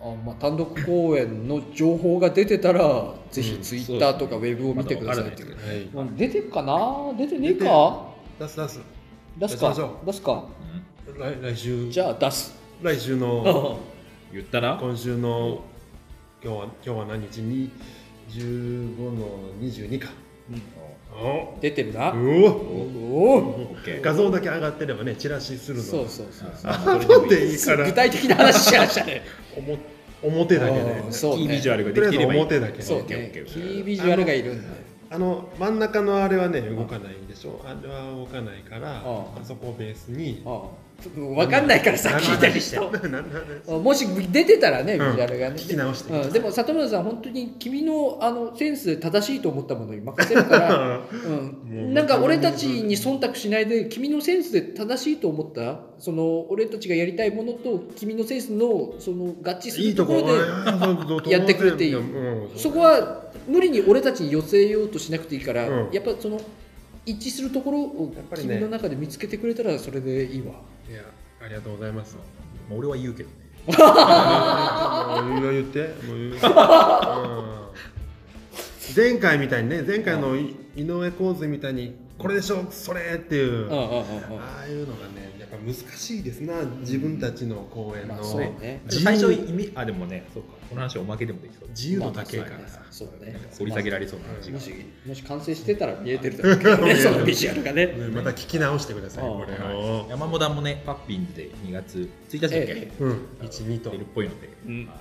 あまあ、単独公演の情報が出てたら、ぜひツイッターとかウ
そう
ェブを見てください
ま
っ
だ
て
分
いう
か
はい
うん出てるかな出てねえ
出て
か
出す出す
出す
出
か
しましょ
出すか
うん
来来週
じゃあ出す
来週の
う
言ったら
今週の今日は今日は何日に15の22
ん
か
[LAUGHS]
お
出てるな
うお
おお
オッケー
画像だけ上がってればねチラシするの
そうそうそう
あ
後でいいから
具体的な話しましたね
おも表だけ
あ
で
ーそうね
いいビジュアルが
とりあ
で
え
き
ず
ればいい
表だけ
そう
オッケーオ
ね
ッケーオッケ
キ
ー
ービジュアルがいるんだよ
あの真ん中のあれはね動かないでしょあれは動かないからあ
あ
そこをベースに
ああちょっと分かんないからさ聞いたり
[LAUGHS]
して
何の話
もし出てたらねビジュアルがね
聞き直して
うん、でも里村さん本当に君のあのセンスで正しいと思ったものに任せるからう、
もうん
なんか俺たちに忖度しないで君のセンスで正しいと思ったその俺たちがやりたいものと君のセンスのその合致す
い
る
い
と
と
こ
こ
ろで
ろ
やってくれていいそこは無理に俺たちに寄せようとしなくていいから、
うん
やっぱその一致するところを
やっぱりね
君の中で見つけてくれたらそれでいいわ、
いやありがとうございます
まあ俺は言うけどね
もう言ってもう言ううん前回みたいにね前回のい井上浩二みたいにこれでしょそれってい
う
う、
んうんうんうん
ああいうのがねやっぱ難しいですな自分たちの公演の、
まあそうね
ちょっと最初意味あでもねそうかこの話はおまけでもできそう
自由度高いからさ、
そうね
なんか掘り下げられそうな話
も
が
しもし完成してたら見えてるだろうけ
[LAUGHS]
どねそのビジュアルがね
ねまた聞き直してください
あー
これを、
山本さんもねパッピンズで2月1日だっけ、
え
うん12と
出るっぽいので、
うん
ま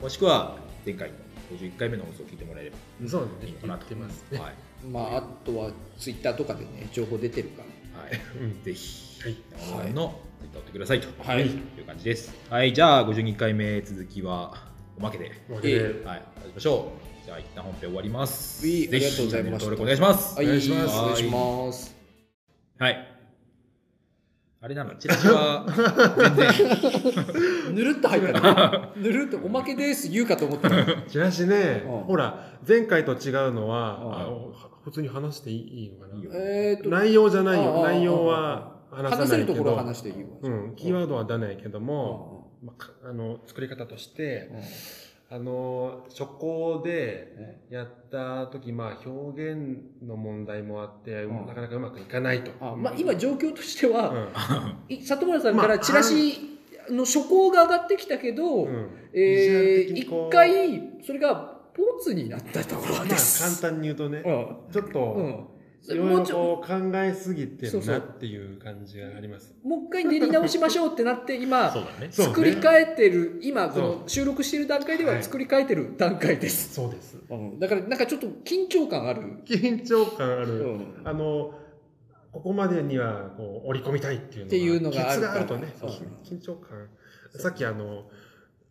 あもしくは前回の51回目の放送を聞いてもらえれば
うんそう
いい
ね
のか
言
な
っ
と
てますね、
はい、
まああとはツイッターとかでね情報出てるから
はい
うん
[LAUGHS] ぜひ、
はい
山本さんのツイッターを追ってくださいと、
は
い
い
う感じです。はい、じゃあ52回目続きはおまけで、
というわけで
え
はい、始めましょう。じゃあ一旦本編終わります。
いい
ぜひ
ありがとうございました
チャンネル登録お願いします。
はい
お願いします
お願いします
はい。あれなの、チラシは全然
ぬるっと入った
[LAUGHS]
ねぬるっとおまけです言うかと思ったら
チラシね、
うん
ほら前回と違うのは、
うん
あの普通に話していいいいのかな、
いいよ
えーと
内容じゃない
あ
よ
ー
内容は話さ
話
な
せ
い
る
け
とこ
ど
ろは話していいわ
うん、キーワードは出ないけど
う
も、
ん
まあか、あの作り方として
うん
あの初行で
ね
やった時まあ表現の問題もあって、
うん
なかなかうまくいかないと
あまあ今状況としては、
うん
い里村さんからチラシの初稿が上がってきたけど、
うん
え
ビジュアル的
ー、
に
一
こう
回それがポツになったとこ
ま
ろ
あ
です。
簡単に言うとね、
うん
ちょっ
う
と、
んそ
い
れ
ろい
も
ろ
うちょ
こう考えすぎて
そう
る
そ
な
う
っていう感じがあります。
もう一回練り直しましょうってなって今
そうだね。
そうね
作り変えてる今こ
そう
の収録してる段階で
は
はい作り変えてる段階です、
そうです。
うんだからなんかちょっと緊張感ある、
緊張感あ
う
る。
ん
あの、ここまでにはこう織り込みたいっていうの
っていうのがある
ケツ
から
があるとね、
そう
緊張感。さっきあの、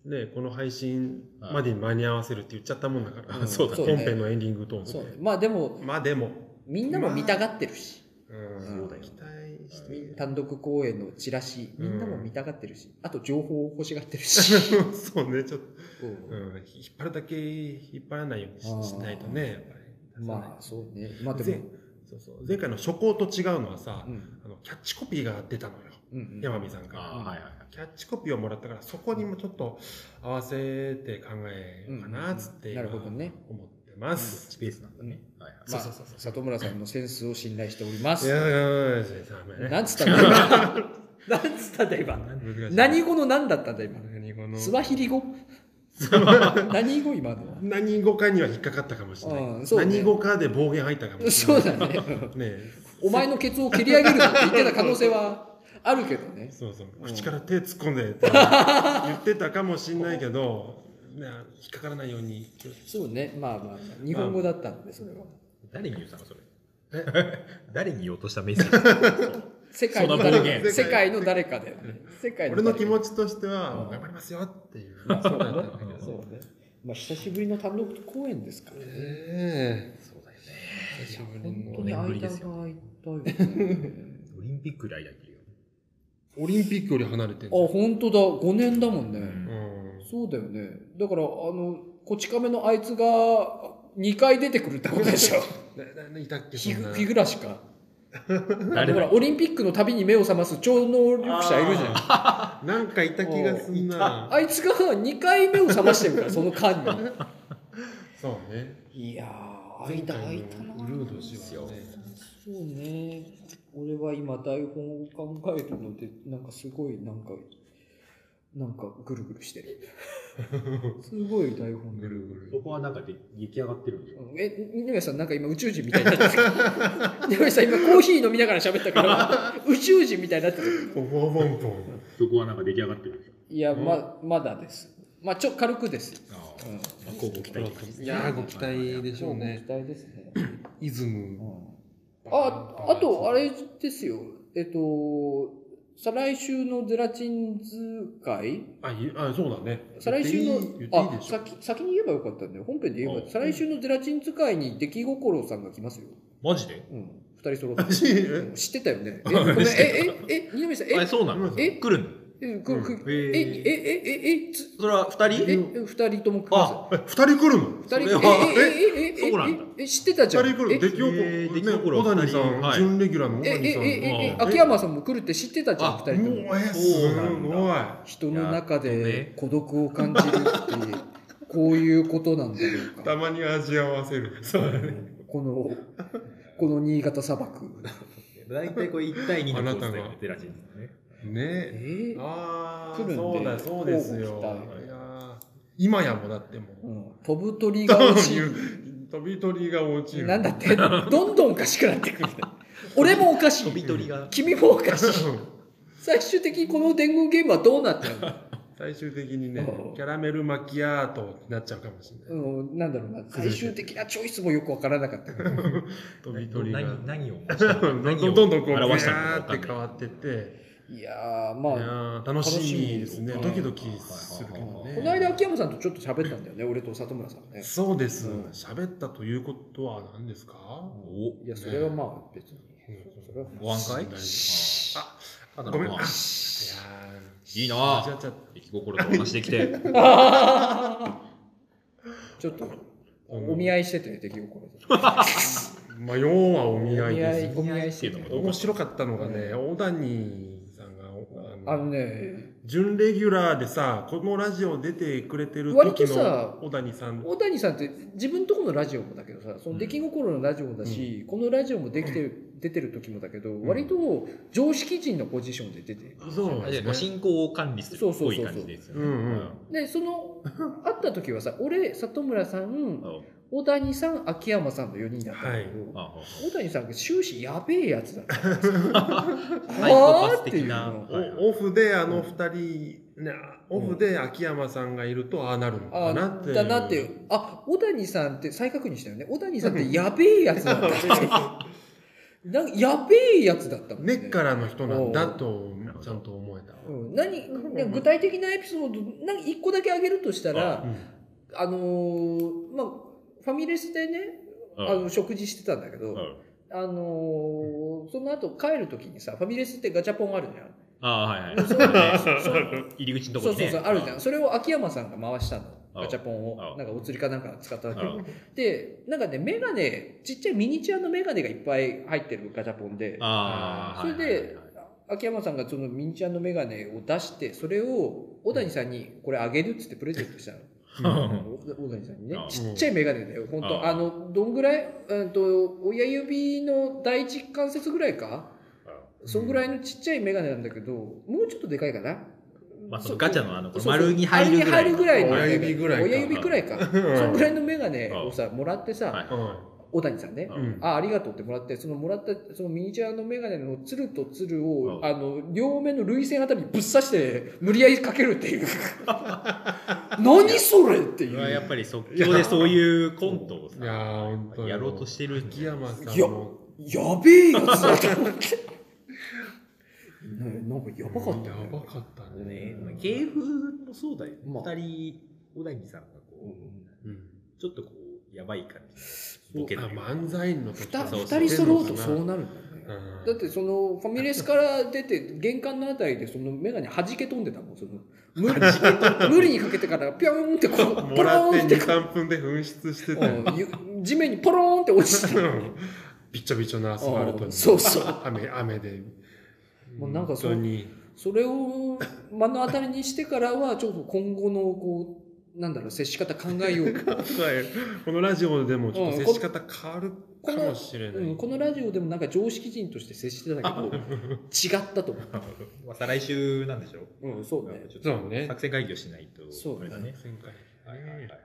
ね、この配信までに間に合わせるって言っちゃったもんだから、
うん
そうだね
本編のエンディングトーンで
そうねまあでも
まあでも、
みんなも見たがってるし、
うん
そうだよ
期待して
う
る。
単独公演のチラシみんなも見たがってるし、あと情報を欲しがってる
[LAUGHS]
し、
そうね、ちょっと、
うん
うん、引っ張るだけ引っ張らないようにし
あー
しないとね、やっぱり。
まあそうねまあで
前
も、
そうそう前回の初行と違うのはさ、
うん
あのキャッチコピーが出たのよ、
うんうん
山美さんか
あ
ら
ーはいはい。
キャッチコピーをもらったからそこにもちょっと合わせて考えようかなっつって
うんうんうんなるほどね
今思ってます、
スペースなんだね。はいはい。
まあ
そうそうそう
里村さんのセンスを信頼しております
いやいやいやいやダメね
なんつったんだ
[LAUGHS]
今なんつったんだ今
難しい
何語の何だったんだ今
何語の
スワヒリ語何語今のは
何語かには引っかかったかもしれない、
うんそうね
何語かで暴言入ったかもしれ
そ
な
う
い
だね
ね
お前のケツを蹴り上げるなんて言ってた可能性はあるけどね
そうそう
うん
口から手突っ
[LAUGHS]
込んでって言ってたかもしれないけど、ね、引っかからないように気を
そうねまあまあ日本語だったんでそれは
誰に言ったのそれ。誰に言おうとしたメッセージ。そう
世界の
そうだ
誰
ね
か世界の誰かだよね世界
俺の気持
ち
ちとしては、
うん
頑張りますよって
[LAUGHS]
いう。
そうだね
うん
そうねまあ久しぶりの単独公演ですからね
え
そうだよね。
いや本
当に間が空いたよオリンピック以来だけど。
オリンピックより離れてる
あ、本当だ、5年だもんね。
うん
う
そうだよね。だから、あの、こち亀のあいつが2回出てくるってことでしょ。
ん。な、な、いたっけ
日
そんな
暮日暮らしか。
誰
ほ
だ
ら、オリンピックの旅に目を覚ます超能力者いるじゃん。あ
なんかいた気がすんな。
いつが2回目を覚ましてるから、その間
そうね。
に。いやー、
前
間
回の
空いたな
ウルード氏はね。
そうね。俺は今台本を考えるので、なんかすごい、なんか、なんかぐるぐるしてる。
[LAUGHS]
すごい台本
ぐ
で。
るぐる。
そこはなんかで出来上がってるんでしょ。
うんえ、二宮さんなんか今宇宙人みたいになってた。二宮さん今コーヒー飲みながら喋ったから、宇宙人みたいになってた。
ポンポンポンポン。
そこはなんか出来上がってるんでしょ。
いや、
うん
ま、まだです。まあ、ちょ、軽くです。
あ
う
あ。
ん。
まあ、こうご期待と
いやー、ご期待でしょうね。
期待ですね。
イズ
う
ム。
んあ、あと、あれですよ。えっと、再来週のゼラチンズ会
あ、いあ、そうだね。
再来週の
言っていい、言っていい
あ、
でしょ。
先、先に言えばよかったんだよ。本編で言えば、
あ
再来週のゼラチンズ会に出来心さんが来ますよ。
マジで
うん。二人揃って。
え [LAUGHS]
知ってたよね。え、
あ
ごめんえ
知って
え、え、え、二宮さん、
あれ
え、
そうなの
え
え、
来るの
え、くく
うん
え、え、え、え、え、つ
それは二
え、え
人
二人とも来
あ、
ま
え二人来るの
す。二
それ
人、
は
え、え、え、え、え
そうなんだ、
え、え、知ってたじ
二
ゃん。
人来るの出
え
来心。
えー出来
ね
心
小谷
二
さん、
人
準レギュラーの小
え、え、
谷さん。
え、え、え
あ、
秋山さんも来るって知ってたじゃん、
あ
二人とも。
もう、え、す
そう
ごい。
人の中
やっと
で
ね
孤独を感じるっていう、こういうことなんだろう
た
か。
まに味合わせる。そうだね。
この、この新潟砂漠。
大体これ1対2の構図だよ
あ
ね
なたが
ゼラチンですね。
ね
え
ああ
来るんで
そうだそうですよ
交互期待
いやー今やもうだっても
う、
うん
飛ぶ鳥が落ちる。
飛び鳥が落ちる
なんだって、どんどんおかしくなってくる。俺もおかし
飛び
い。
鳥が。
君もおかしい。
うん
最終的にこの伝言ゲームはどうなっちゃうの
[LAUGHS] 最終的にね
うん
キャラメルマキアートになっちゃうかもしれない
うん、なんだろうな、最終的なチョイスもよくわからなかった。
飛び鳥が
何何を
どんどんどんどんこうビャ
表したの
ー
か
って
分か
変
んない
わってって
いやー、
いや
まあ、
ー楽しみですね
楽し
ド
み
キドキするけど
はいはいはいはい
この間
ね
秋山さんとちょっと喋ったんだよね、俺と里村さんね。
そうです
うん
喋ったということは何ですか
お
いや、それはまあ別
[LAUGHS]
に。それは
ご飯会
信頼
あ
ごめん
あ
あ
ないるほど
やー
いいな
じゃあじゃあ
生き心とお話できて。
ちょっと、
うん
お見合いしてて、出来心で。
まあ、要はお見合いです、ね。
お見合いしてて。
面白かったのがね、小谷さんが、あ
あ
の
の、ね、
準レギュラーでさ、このラジオ出てくれてる
割
時
とさ
の小谷さん。
大谷さんって自分とこのラジオもだけどさ、その出来心のラジオもだし、このラジオもできてる、出てる時もだけど、
ん
割と常識人のポジションで出てる。
そう
あじゃあ
で
ご
すね。
進行を管理するっぽい
そうそうそうそう
感じですよね。
うんうん
で、その、会った時はさ、俺、里村さん、
あ
小谷さん、秋山さんの4人だったんだけど、
ああ
小谷さんが終始やべえやつだった。
サイコパス的な。
は
はい
おオフであの二人、ね、オフで秋山さんがいると、ああなるの
あ
かなっていう。
だなっていう。あ、小谷さんって再確認したよね。小谷さんってやべえやつだったって [LAUGHS] いう。なんかやべえやつだったもん
根
ね。
っからの人なんだと、ちゃんと思えた。
うん、何、なんか具体的なエピソード、なんか一個だけ挙げるとしたら、
うん
あのーまあ、ファミレスでね、あの、食事してたんだけど、あのーその後帰るときにさ、ファミレスってガチャポンあるじゃん。
ああ、はい
[LAUGHS]
はい。
そう
ね入り口のとこ
そう
に
そ
ね。
うそう、あるじゃん。それを秋山さんが回したの。
あ
ガチャポン
あ
を。なんかお釣りかなんか使っただけ
あ
で、なんかね、メガネ、ちっちゃいミニチュアのメガネがいっぱい入ってるガチャポンで、
ああ。
それ
はいはい
で、秋山さんがそのミニチュアのメガネを出して、それを小谷さんにこれあげるっつってプレゼントしたの。
はいはい
小谷さんにね
あ。
ちっちゃいメガネだよ。本当
あ
あの、どんぐらい、うんと、親指の第一関節ぐらいかそんぐらいのちっちゃいメガネなんだけど、もうちょっとでかいかな。
まあ、そのガチャのあの、こ
そう
の
そう
丸に入るぐらい。
丸に入るぐらいの
親指ぐらいか
親指くらいか。
[LAUGHS]
そのぐらいのメガネをさ、もらって
は
さ
い、
小谷さんね。
うん
あ、ありがとうってもらって、そのもらった、そのミニチュアのメガネのつるとつるを
う、ん
あの、両面の涙腺あたりにぶっ刺して、無理やりかけるっていう。何それって
そ
い
れはやっ
う。
ぱり即興でそういうコントを
いや
さ、
ー、本当に
やろうとしてるんだ
秋
よ。
山さん
いや
の
やべえやつだと思って。ねなんかやばかった
や
ね
ばかったね。
ね、まあ芸風もそうだよね。
ま
二
あ
人、小谷さんがこ
うん
う、ちょっとこう、やばい感じ。ボケ
あ
のような
漫才の時
二
そう
二人揃うとそう
な
なるんだよね。
だ
だってそのファミレスから出て玄関のあたりでその眼鏡弾け飛んでたもんその無理無理にかけてからピョーンってこう
も
ポロ
ら
ー
って
ンって
2、
こ
3分で紛失して
う
たよ。
うんゆ地面にポローンって落ちて [LAUGHS] た
[LAUGHS] びっちょびちょのアスファルト
うん
に。
そうそう
雨、雨で。
もうなんかそう
本当に。
それを目の当たりにしてからはちょっと今後のこうなんだろう接し方考えよ [LAUGHS] うか、
このラジオでもちょっと接し方変わる
こ
か
の
もしれな
うん、
い。
このラジオでもなんか常識人として接してたけ [LAUGHS] ど違ったと思
まあ、再来週なんでしょ
う、うん、そうね
ちょっ
そうね
と作戦会議をしないと、
そうね
あれだね。
前回
はいはいはいはい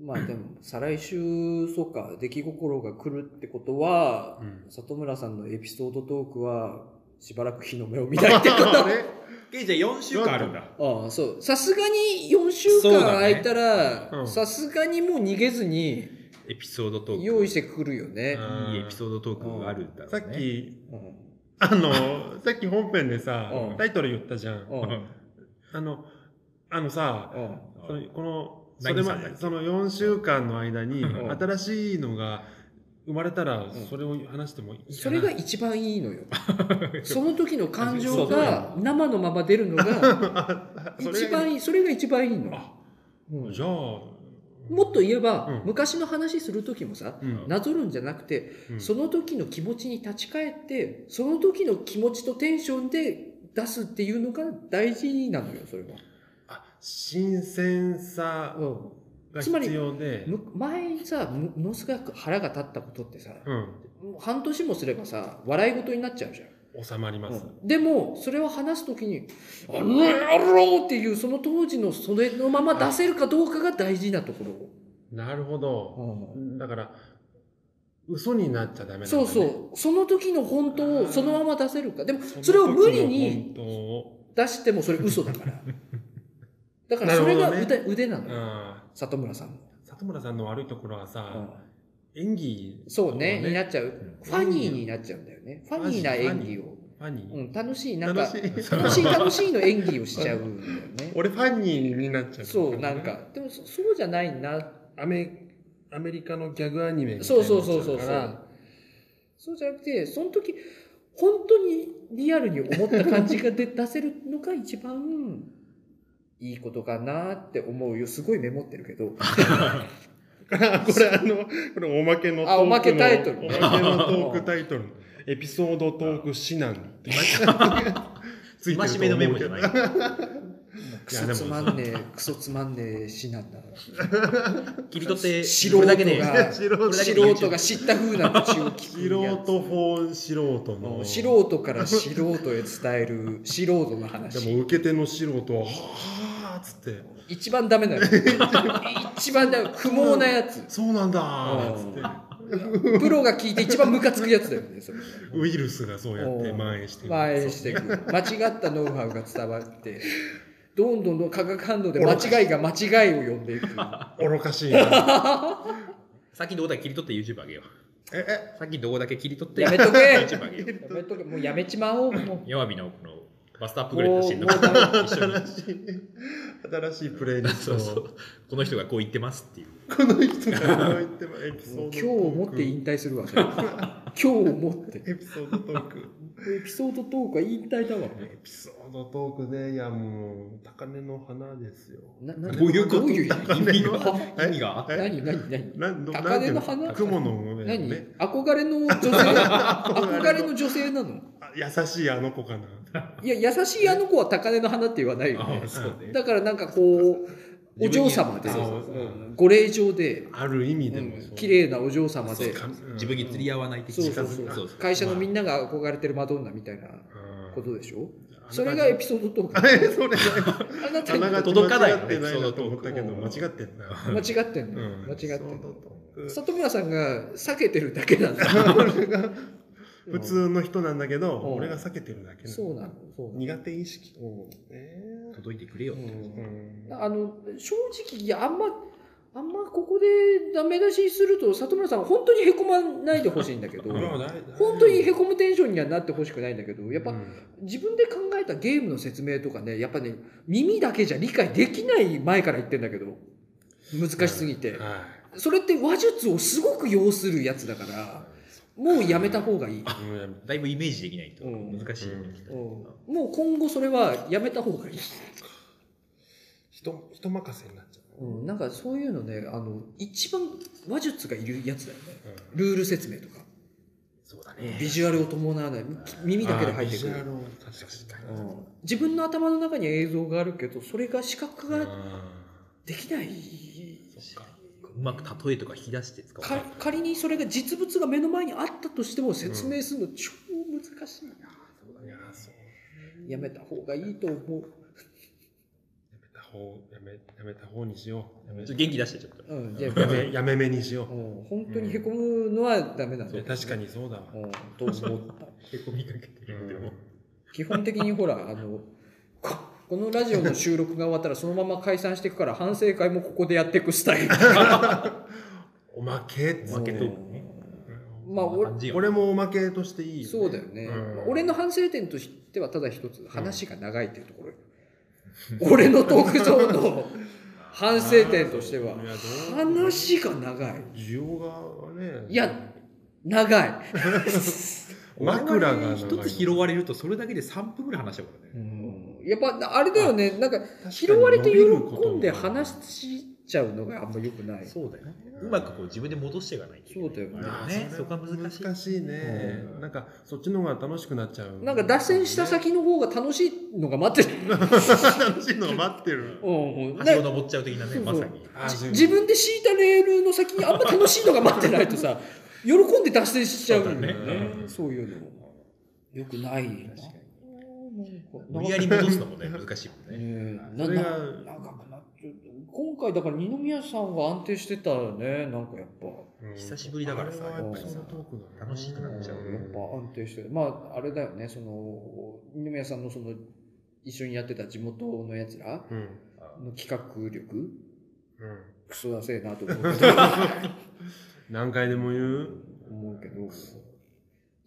まあでも再来週そうか出来心が来るってことは
うん
里村さんのエピソードトークはしばらく日の目を見ないって
[LAUGHS]
こと
あれ
ゲイじゃ4週間あるんだ。
ああそうさすがに4週
そう
間
だね
空いた
う
ら
ん
さすがにもう逃げずに
エピソードトーク。
用意してくるよね、
いいエピソードトークがあるんだろうね。
さっき、
うん
あの、さっき本編でさ
うん、
タイトル言ったじゃん。
うんうん
あの、あのさ、その
あ
このそ
何
れ
さ
ま
んだっけ
でその4週間の間に
うん
新しいのが生まれたら
ん
それを話してもいいかな
それが一番いいのよその時の感情
そうだ
が生のまま出るのが
それ
一番いいそれが一番いいの
あ、
うん
じゃあ
もっと言えば、
うん
昔の話する時もさ
うん
なぞるんじゃなくて
うん
その時の気持ちに立ち返って、その時の気持ちとテンションで出すっていうのが大事なのよ、それは。
あ新鮮さ
うん。
が
つまり
必要で、
む前にさもものすごく腹が立ったことってさ、
うん、
もう半年もすればさ笑い事になっちゃうじゃん
収まります。
うんでもそれを話す時に「あの野郎!」っていうその当時のそれのまま出せるかどうかが大事なとこ
なるほど。
ろ、
だから、嘘になっちゃダメなんだ、ね。
そうそうその時の本当をそのまま出せるかでも
その時の
それを無理に
本当を。
出してもそれ嘘だ
[LAUGHS]
からだから
なる
そ
ほど
れ
ね
が腕,、腕なのよ
ああ
里村さんも、
里村さんの悪いところは
う
さ、
ん
演技、
そうねにな
ね、
っちゃう
うん
ファニーになっちゃうんだよねファニーな演技を、
ファニ
う
ー。
ん、楽しいなんか
楽しい
楽しい楽しいの演技をしちゃうんだよね
[LAUGHS] 俺ファニーになっちゃう。
そうなん。かでもそそうじゃないな
アメ、アメリカのギャグアニメみたい
そ
に
う
なっち
そ
ゃ
うそうそう
か
そ
ら
う。そうじゃなくてその時本当にリアルに思った感じが出出せるのが一番いいことかなって思うよすごいメモってるけど
あ [LAUGHS] これあの、これおまけのトークの。
あおまけタイトル
おまけのトークタイトル。エピソードトーク指南って。
[LAUGHS]
ついて
戒め
ると思うけど
のメモじゃない。
クソつまんねえクソつまんねえ詩なんだ
切り取って、
素
こ
人
れ
が
だけで、
素人
だけ
素人が知った風な口を聞くや
素
つ
人法素人
う
の。
ん素人から素人へ伝える素人の話
でも受け手の素人は、はあっつって、
一番ダメなやつ一番ダメ不毛なやつ
そうなんだーっつって、
プロが聞いて一番ムカつくやつだよねそれ
ウイルスがそうやって蔓延していく
蔓延していく間違ったノウハウが伝わってどんどんどん化学反応で間違いが間違いを呼んでいく
愚かしいな。
[LAUGHS]
さっきどこだけ切り取って YouTube あげよう。
え、え、
さっきどこだけ切り取って
やめとけや
YouTube あげよう。
めとけもうやめちまおうも
弱火のこのバストアップぐらいの写真と
もうも
か一緒に。
新しい、新しいプレイリス
そ
ト
うそう。この人がこう言ってますっていう。
この人が言ってもエピ
う
ソード
もう今
トーク
日をもって引退するわそれ今日をもって
エピソードトーク。
エピソードトークは引退だわ
エピソードトークね、いやもう、高根の花ですよ。
なな
どういうこと
どういう意味
意味が意味があった
え
何何何
なんど
高根の花
なんていう雲の上の
何
ね。
憧れの女性憧れの女性なの
あ優しいあの子かな。
[LAUGHS] いや優しいあの子は高根の花って言わないよね
あそうね
だからなんかこうお嬢様で
自
う
分に
んご令嬢で
ある意味でも
うん
そう
綺麗なお嬢様で
か
自分に釣り合わない的
そうそう
近づく
そう会社のみんなが憧れてるマドンナみたいな
うん
ことでしょ
あ
それがエピソードトー
あ
ク
れそれ
[LAUGHS] あなた
あなが
間
ち
届かない
間違ってないなと思ったけど
うん
間違ってんな
違ってん
うん
の間違ってんの
エピソードトー
里村さんが避けてるだけなんだ
ク [LAUGHS] 普通の人なんだけど
うん
俺が避けてるだけなの
そうなのそうなの
苦手意識え
届いてくれよって
うん
ーうん
あの正直いやあんまあんまここでダメ出しすると里村さん本当にへこまないでほしいんだけ
[LAUGHS]
ど
うん
まあ大大
本当にへこむテンションにはなってほしくないんだけどやっ
う
ぱ
ん
自分で考えたゲームの説明とかねやっぱね耳だけじゃ理解できない前から言ってんだけど難しすぎて
は
それって話術をすごく要するやつだからもうやめた方がいい、
いうん
だいぶイメージできないと
うん
難しい、
うん
うんもう今後それはやめた方がいい、
人人任せになっちゃう
うん、なんかそういうのねあの一番話術がいるやつだよね
うん
ルール説明とか
そうだ
ビジュアルを伴わない耳だけで入ってく
あービジュアル
る、
を確か
う
に
ん自分の頭の中に映像があるけどそれが視覚が
あ
できない
ーそっか
うまく例えとか引き出して使わな
か
い
仮にそれが実物が目の前にあったとしても説明するの超難しいな、
いやーそう
やめた方がいいと思う、
やめた方やめやめた方にしようやめ
ちょっと元気出してちょっと
うん、じゃあ
やめやめめにしよ
うん本当にへこむのはダメなん
うい
だ
や確かにそうだわ
うんと思った
へこみかけて
う
る
ん
でも
[LAUGHS] 基本的にほらあのここのラジオの収録が終わったらそのまま解散していくから反省会もここでやっていくスタイル
おまけっつ
お
っ
まけ
て
とね
うん
まあ
こんな感じよ
俺もおまけとしていいよね
そうだよね、
うん
まあ俺の反省点としてはただ一つ話が長いっていうところよ、俺のトークゾーンの反省点としてはい
やどう
話が長い
需要がね
いや長い、
枕が
一つ拾われるとそれだけで3分ぐらい話したからね
やっぱあれだよねなんか拾われて喜んで話ちゃうのがあんま良くない。
そうだよね。うまくこう自分で戻していかないといけない。
そうだよ
あ
ね。
ー
そこは難しい。
難しいね
う。ん
なんか、そっちの方が楽しくなっちゃう。
なんか脱線した先の方が楽しいのが待ってる。
[LAUGHS] 楽しいのが待ってる。
うんうん
はしご登っちゃう的なね、
そう
ま
そう
さに。
あー
自分で敷いたレールの先にあんま楽しいのが待ってないとさ喜んで脱線しちゃうんだよね
そうだね
そういうのよくないよな
確か
なんか
無理やり戻すのもね、難しいもんね。
ねえな
それ
な
が
長くなっちゃう今回だから二宮さんは安定してたよねなんかやっぱや
久しぶりだからさ
あれはやっ
やっぱ
ぱり
り
そ
さ
のトークだな
楽しくなっちゃうよ
っぱ安定してるまああれだよねその二宮さんのその一緒にやってた地元のやつら
うん。
の企画力
うん。
クソだせえなと思うけど
何回でも言う。
思うけどい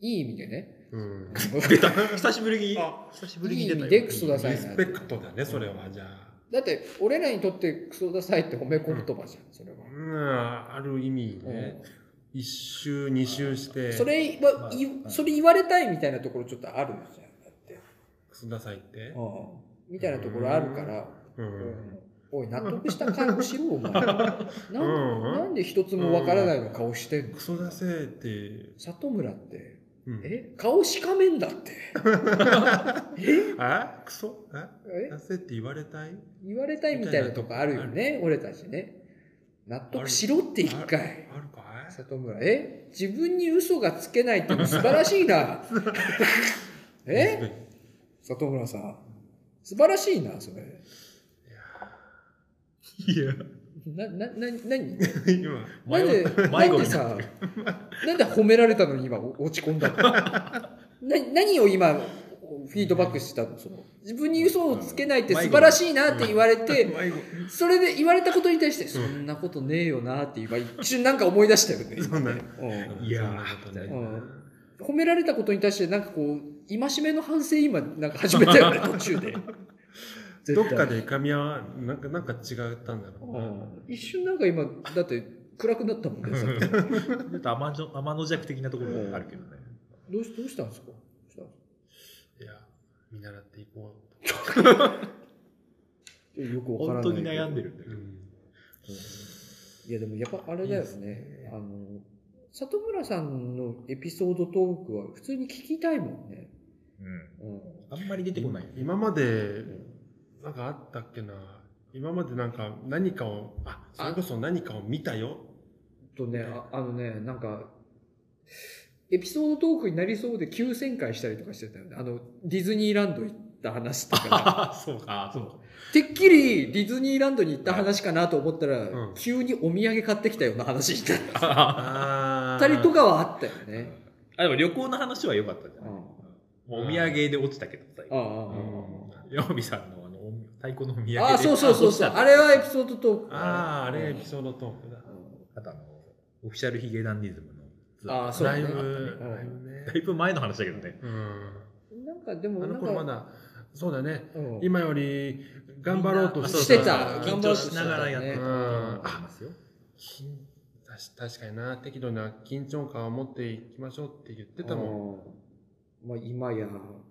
い意味でね
うん。
出た [LAUGHS] 久しぶりに
あ、
久しぶりに出たよ。
いい意味でクソださ
リスペクトだね、それは。じゃあ。
だって俺らにとってクソダサいって褒め言葉じゃんそれは、
うん、ある意味ね。一周、二周して、
それは、い
まあ
それ言われたいみたいなところちょっとあるじゃんだって、
くすださいって。
みたいなところあるから、
う
うん
ん。
おい納得した顔しろお前なん
うん
なんで一つもわからないの顔してんの
クソだせーって、
里村って
うん、
え顔しかめんだって
あクソあ
え
だせって言われたい
言われたいみたいなとこあるよね俺たちね納得しろって一回
あるかい
里村え自分に嘘がつけないって素晴らしいなえ里村さん素晴らしいなそれ
いや、
ななな何
今、
なんで
迷
な
子に
んで
なっ
さなんで褒められたのに今お落ち込んだの [LAUGHS] な何を今フィードバックしたのその自分に嘘をつけないって素晴らしいなって言われて
迷子。
それで言われたことに対してそんなことねえよなって今一瞬なんか思い出したよね
そうね
うん
いや
そんなことね
うん褒められたことに対してなんかこう戒めの反省今なんか始めたよね途中で
どっかで噛み合わなんか、なんか違ったんだろうな。
一瞬なんか今だって暗くなったもんねさっき
ちょっと天の天の弱的なところもあるけどね。
どうしどうしたんですかどうしたんで
いや、見習っていこ
すかよくわから
本
ない
当に悩んで
る
るんだ
う。
けど。
いやでもやっぱあれだよね
いいですね
あの里村さんのエピソードトークは普通に聞きたいもんね、
うん。
うん
あんまり出てこないよね。
今まで、なんかあったっけな。今までなんか何かを、あ、それこそ何かを見たよ。
とねああのねなんかエピソードトークになりそうで急旋回したりとかしてたよねあのディズニーランド行った話とか
[LAUGHS]
あ、 [LAUGHS] そうか、そうか。
てっきりディズニーランドに行った話かなと思ったら、
うん
急にお土産買ってきたような話して
あ、
あ
たりとかはあったよ [LAUGHS] ね。
でも旅行の話は良かったんじゃ
う
ない
ん
お土産で落ちたけどさ、
ああ
うん
ヨミさんのあのお太鼓のお土産で
ああああそうそうそうそう。あれはエピソードトーク。
あー、あれがエピソードトークだ。
あとあの、オフィシャルヒゲダンディズムのツアー
あーそう
ラ
だ
イ
ね
ブ、
うん
ライブね
だ。いぶ前の話だけどね。
うん。
なんかでも
あ
な
の
んか
頃まだ、そうだね。
うん
今より頑張ろうと
みんな
してた
あそうそう緊張しながらやってたっていうのもありますよ。
緊確確かにな、適度な緊張感を持っていきましょうって言ってたも
う
ん。
ん。まあ今や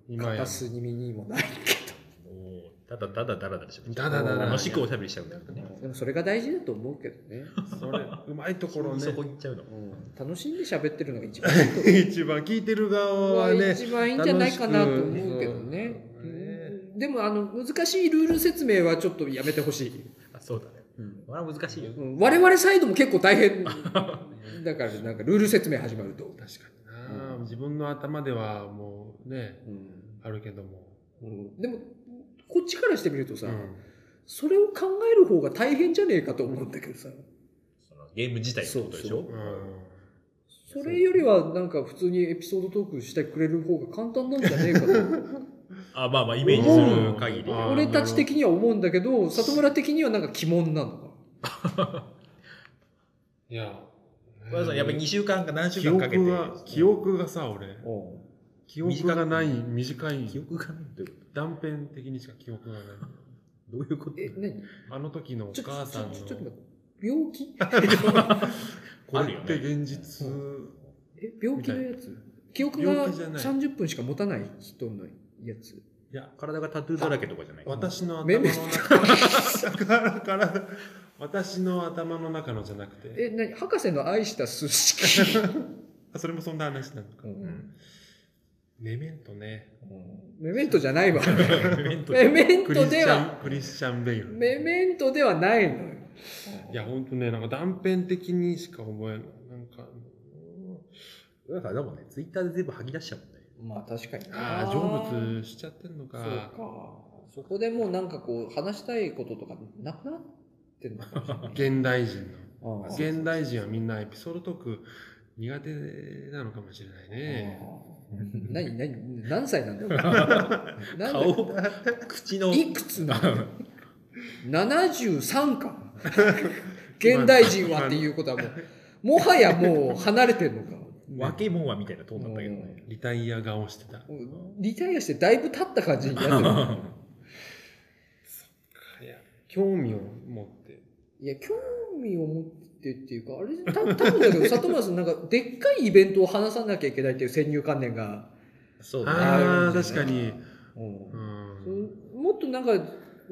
今や
片隅にもないけ
もうただただだらだらしゃべっちゃ
だ
う
だだだ。
楽しくおしゃべりしちゃうんだよね。
ど。でもそれが大事だと思うけどね。
それ、うまいところね
そ。こ行っちゃうの
う。ん楽しんで喋ってるのが一番
[LAUGHS] 一番聞いてる側はね。
一番いいんじゃないかなと思うけどね
楽し。くね
うんでもあの難しいルール説明はちょっとやめてほしい。
あそうだね。これは難しいよ。
うん我々サイドも結構大変だからなんかルール説明始まると、
確かにな、
うん
自分の頭ではもうね、
うん
あるけども。
でもこっちからしてみるとさ、
うん
それを考える方が大変じゃねえかと思うんだけどさ
そのゲーム自体のことでしょ
そう
うん
それよりはなんか普通にエピソードトークしてくれる方が簡単なんじゃねえ
[LAUGHS]
かと
あまあまあイメージする限り。
うん
俺たち的には思うんだけど里村的にはなんか鬼門なのか
いや、
小田さんやっぱり2週間か何週
記
間かけ
憶
て。
が、記憶がさ、俺。記憶がない、短い、
記憶がないって
断片的にしか記憶がない。
どういうこと
え何
あの時のお
ちょちょ
母さんの。
ちょちょっと待って病気
こ
あ
れ
る
っ
よ
て
ね
現実、
え病気のやつ記憶が
病気じゃない
30分しか持たない人のやつ
いや、体がタトゥーだらけとかじゃない。
私の頭 [LAUGHS]
め
の中から、から、私の頭の中のじゃなく
え、
て。
なに博士の愛した数式。
[LAUGHS] あそれもそんな話なのか。
うん。
メメントね。
メメントじゃないわ。
メメント
メメン
クリ
ト
スチ
では、
ャン、クリスチャンベイル。
メメントではないのよ。
いや、ほんとね、なんか断片的にしか思えない。なんか、
だからでもね、ツイッターで全部吐き出しちゃうもんね。
まあ確かに
ああ、成仏しちゃってんの
そう
か。
か。そこでもうなんかこう、話したいこととかなくなってんのかもしれない。
現代人
うん
の。現代人はみんなエピソードトーク苦手なのかもしれないね。
うん何、何、何歳な
[LAUGHS]
んだよ。なんだよ
顔、口の。 [LAUGHS]
いくつなの ?73
[LAUGHS]
か。現代人はっていうことはもう、もはやもう離れてんのか。
わけもんはみたいなトーンだったけどね。
リタイア顔してた。
もうリタイアしてだいぶ経った感じになって
[LAUGHS]
る。
いや、興味を持って。
いや、興味を持ってっていうか、あれ、た多分だけど、里村さんなんか、でっかいイベントを話さなきゃいけないっていう先入観念が、
そうだね。
ああ、
あるんじ
確
ゃな
か
い
に。
うん
うん。
もっとなんか、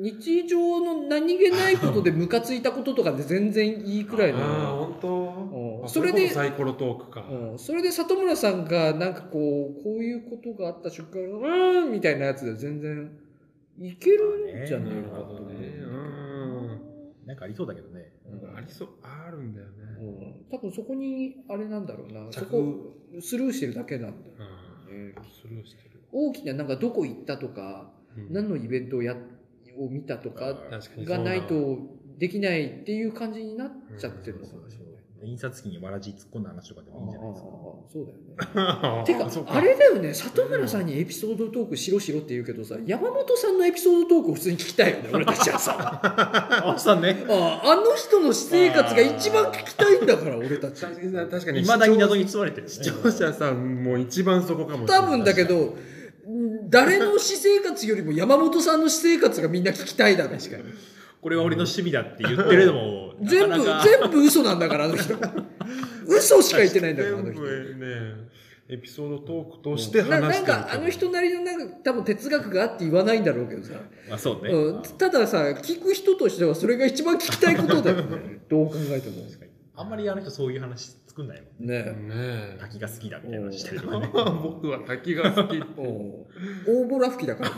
日常の何気ないことでムカついたこととかで全然いいくらい
ああ、
の。
本
うん
当。
それで
こサイコロトークか。
うん、それで里村さんがなんかこう、こういうことがあった瞬間、うーんみたいなやつで全然いけるんじゃな
ないる
か
ほ
と
ど
思う。
ね。うん。
なんかありそうだけどね。
なんかありそう、あるんだよ
う
ね。
ん、多分そこにあれなんだろうなそ
着
こスルーしてるだけなんだよ
うん。
ね
スルーしてる。
大きななんかどこ行ったとか、
うん
何のイベントをやを見たとか
確かにそう
が
だ
ないとできないっていう感じになっちゃってるのかもしれない。
印刷機にわらじ突っ込んだ話とかでもいいんじゃないですか。
そうだよね。
[LAUGHS] あ
てか
そう
あれだよね里村さんにエピソードトークしろしろって言うけどさ山本さんのエピソードトークを普通に聞きたい [LAUGHS] よね俺たちはさあ
あおさんね。
あの人の私生活が一番聞きたいんだから俺たち
確かに確かに
[LAUGHS] 未だに謎に包まれてるね。
視聴者さんも一番そこかもしれ
[LAUGHS]
な
多
い
分だけど誰の私生活よりも山本さんの私生活がみんな聞きたいだろ確かに
これは俺の趣味だって言ってるのも、
全部
なかなか
全部嘘なんだからあの [LAUGHS] 人嘘しか言ってないんだからあの
全
人
部ねエピソードトークとして
な
話
な
し
ん
てる
かあの人なりのなんか多分哲学があって言わないんだろうけどさ、
まあそうね。
うん、たださ聞く人としてはそれが一番聞きたいことだよねどう考えても
確かにあんまりあの人そういう話作んないもん。
ね
ね
滝が好きだみたいな話してるとかね。
僕は滝が好 [LAUGHS] き
おう大ボラ吹きだからね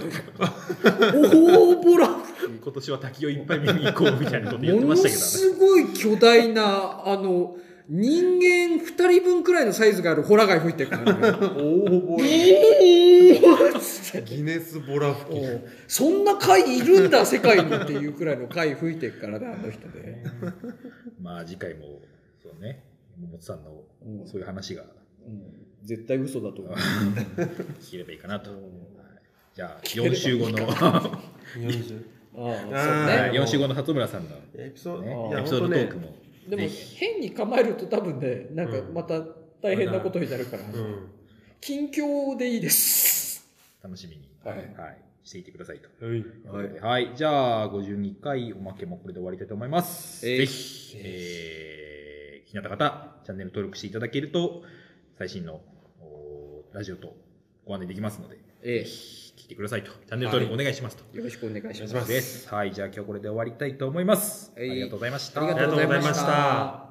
大ボラ吹
今年は滝をいっぱい見に行こうみたいなこと
き
言って
も
まし
の
たけどね。
すごい巨大なあの人間2人分くらいのサイズがあるホラ貝吹いてるからね
大ボ
お
ラ
ーっつって
ギネスボラ吹
お
き
うそんな貝いるんだ世界にっていうくらいの貝吹いてるからねあの人ね
まあ次回も、そうね、桃本さんの
うん
そういう話が
うん絶対嘘だと思う
聞ければいいかなと。はい
ん
じゃあ、4週後の、 [LAUGHS]
40
ああそう
は
ね
い
4週後の里村さんの、ね、
エピソードい
エ
や
ピソー
本
ド
当
トーク
ね
も。
でも
ぜひ
変に構えると多分ねなんかまた大変なことになるから、
う
近況でいいです
楽しみに、
はい
していてくださいと。
んはい
はい、はい、じゃあ52回おまけもこれで終わりたいと思います。
えい
ぜひ、えー、気になった方、チャンネル登録していただけると、最新のおーラジオとご案内できますので、
え
聞いてくださいと。チャンネル登録お願いしますと。
えよろしくお願いします
です。はい、じゃあ今日これで終わりたいと思います。
はい
ありがとうございました。
ありがとうございまし
ありがとうございましたた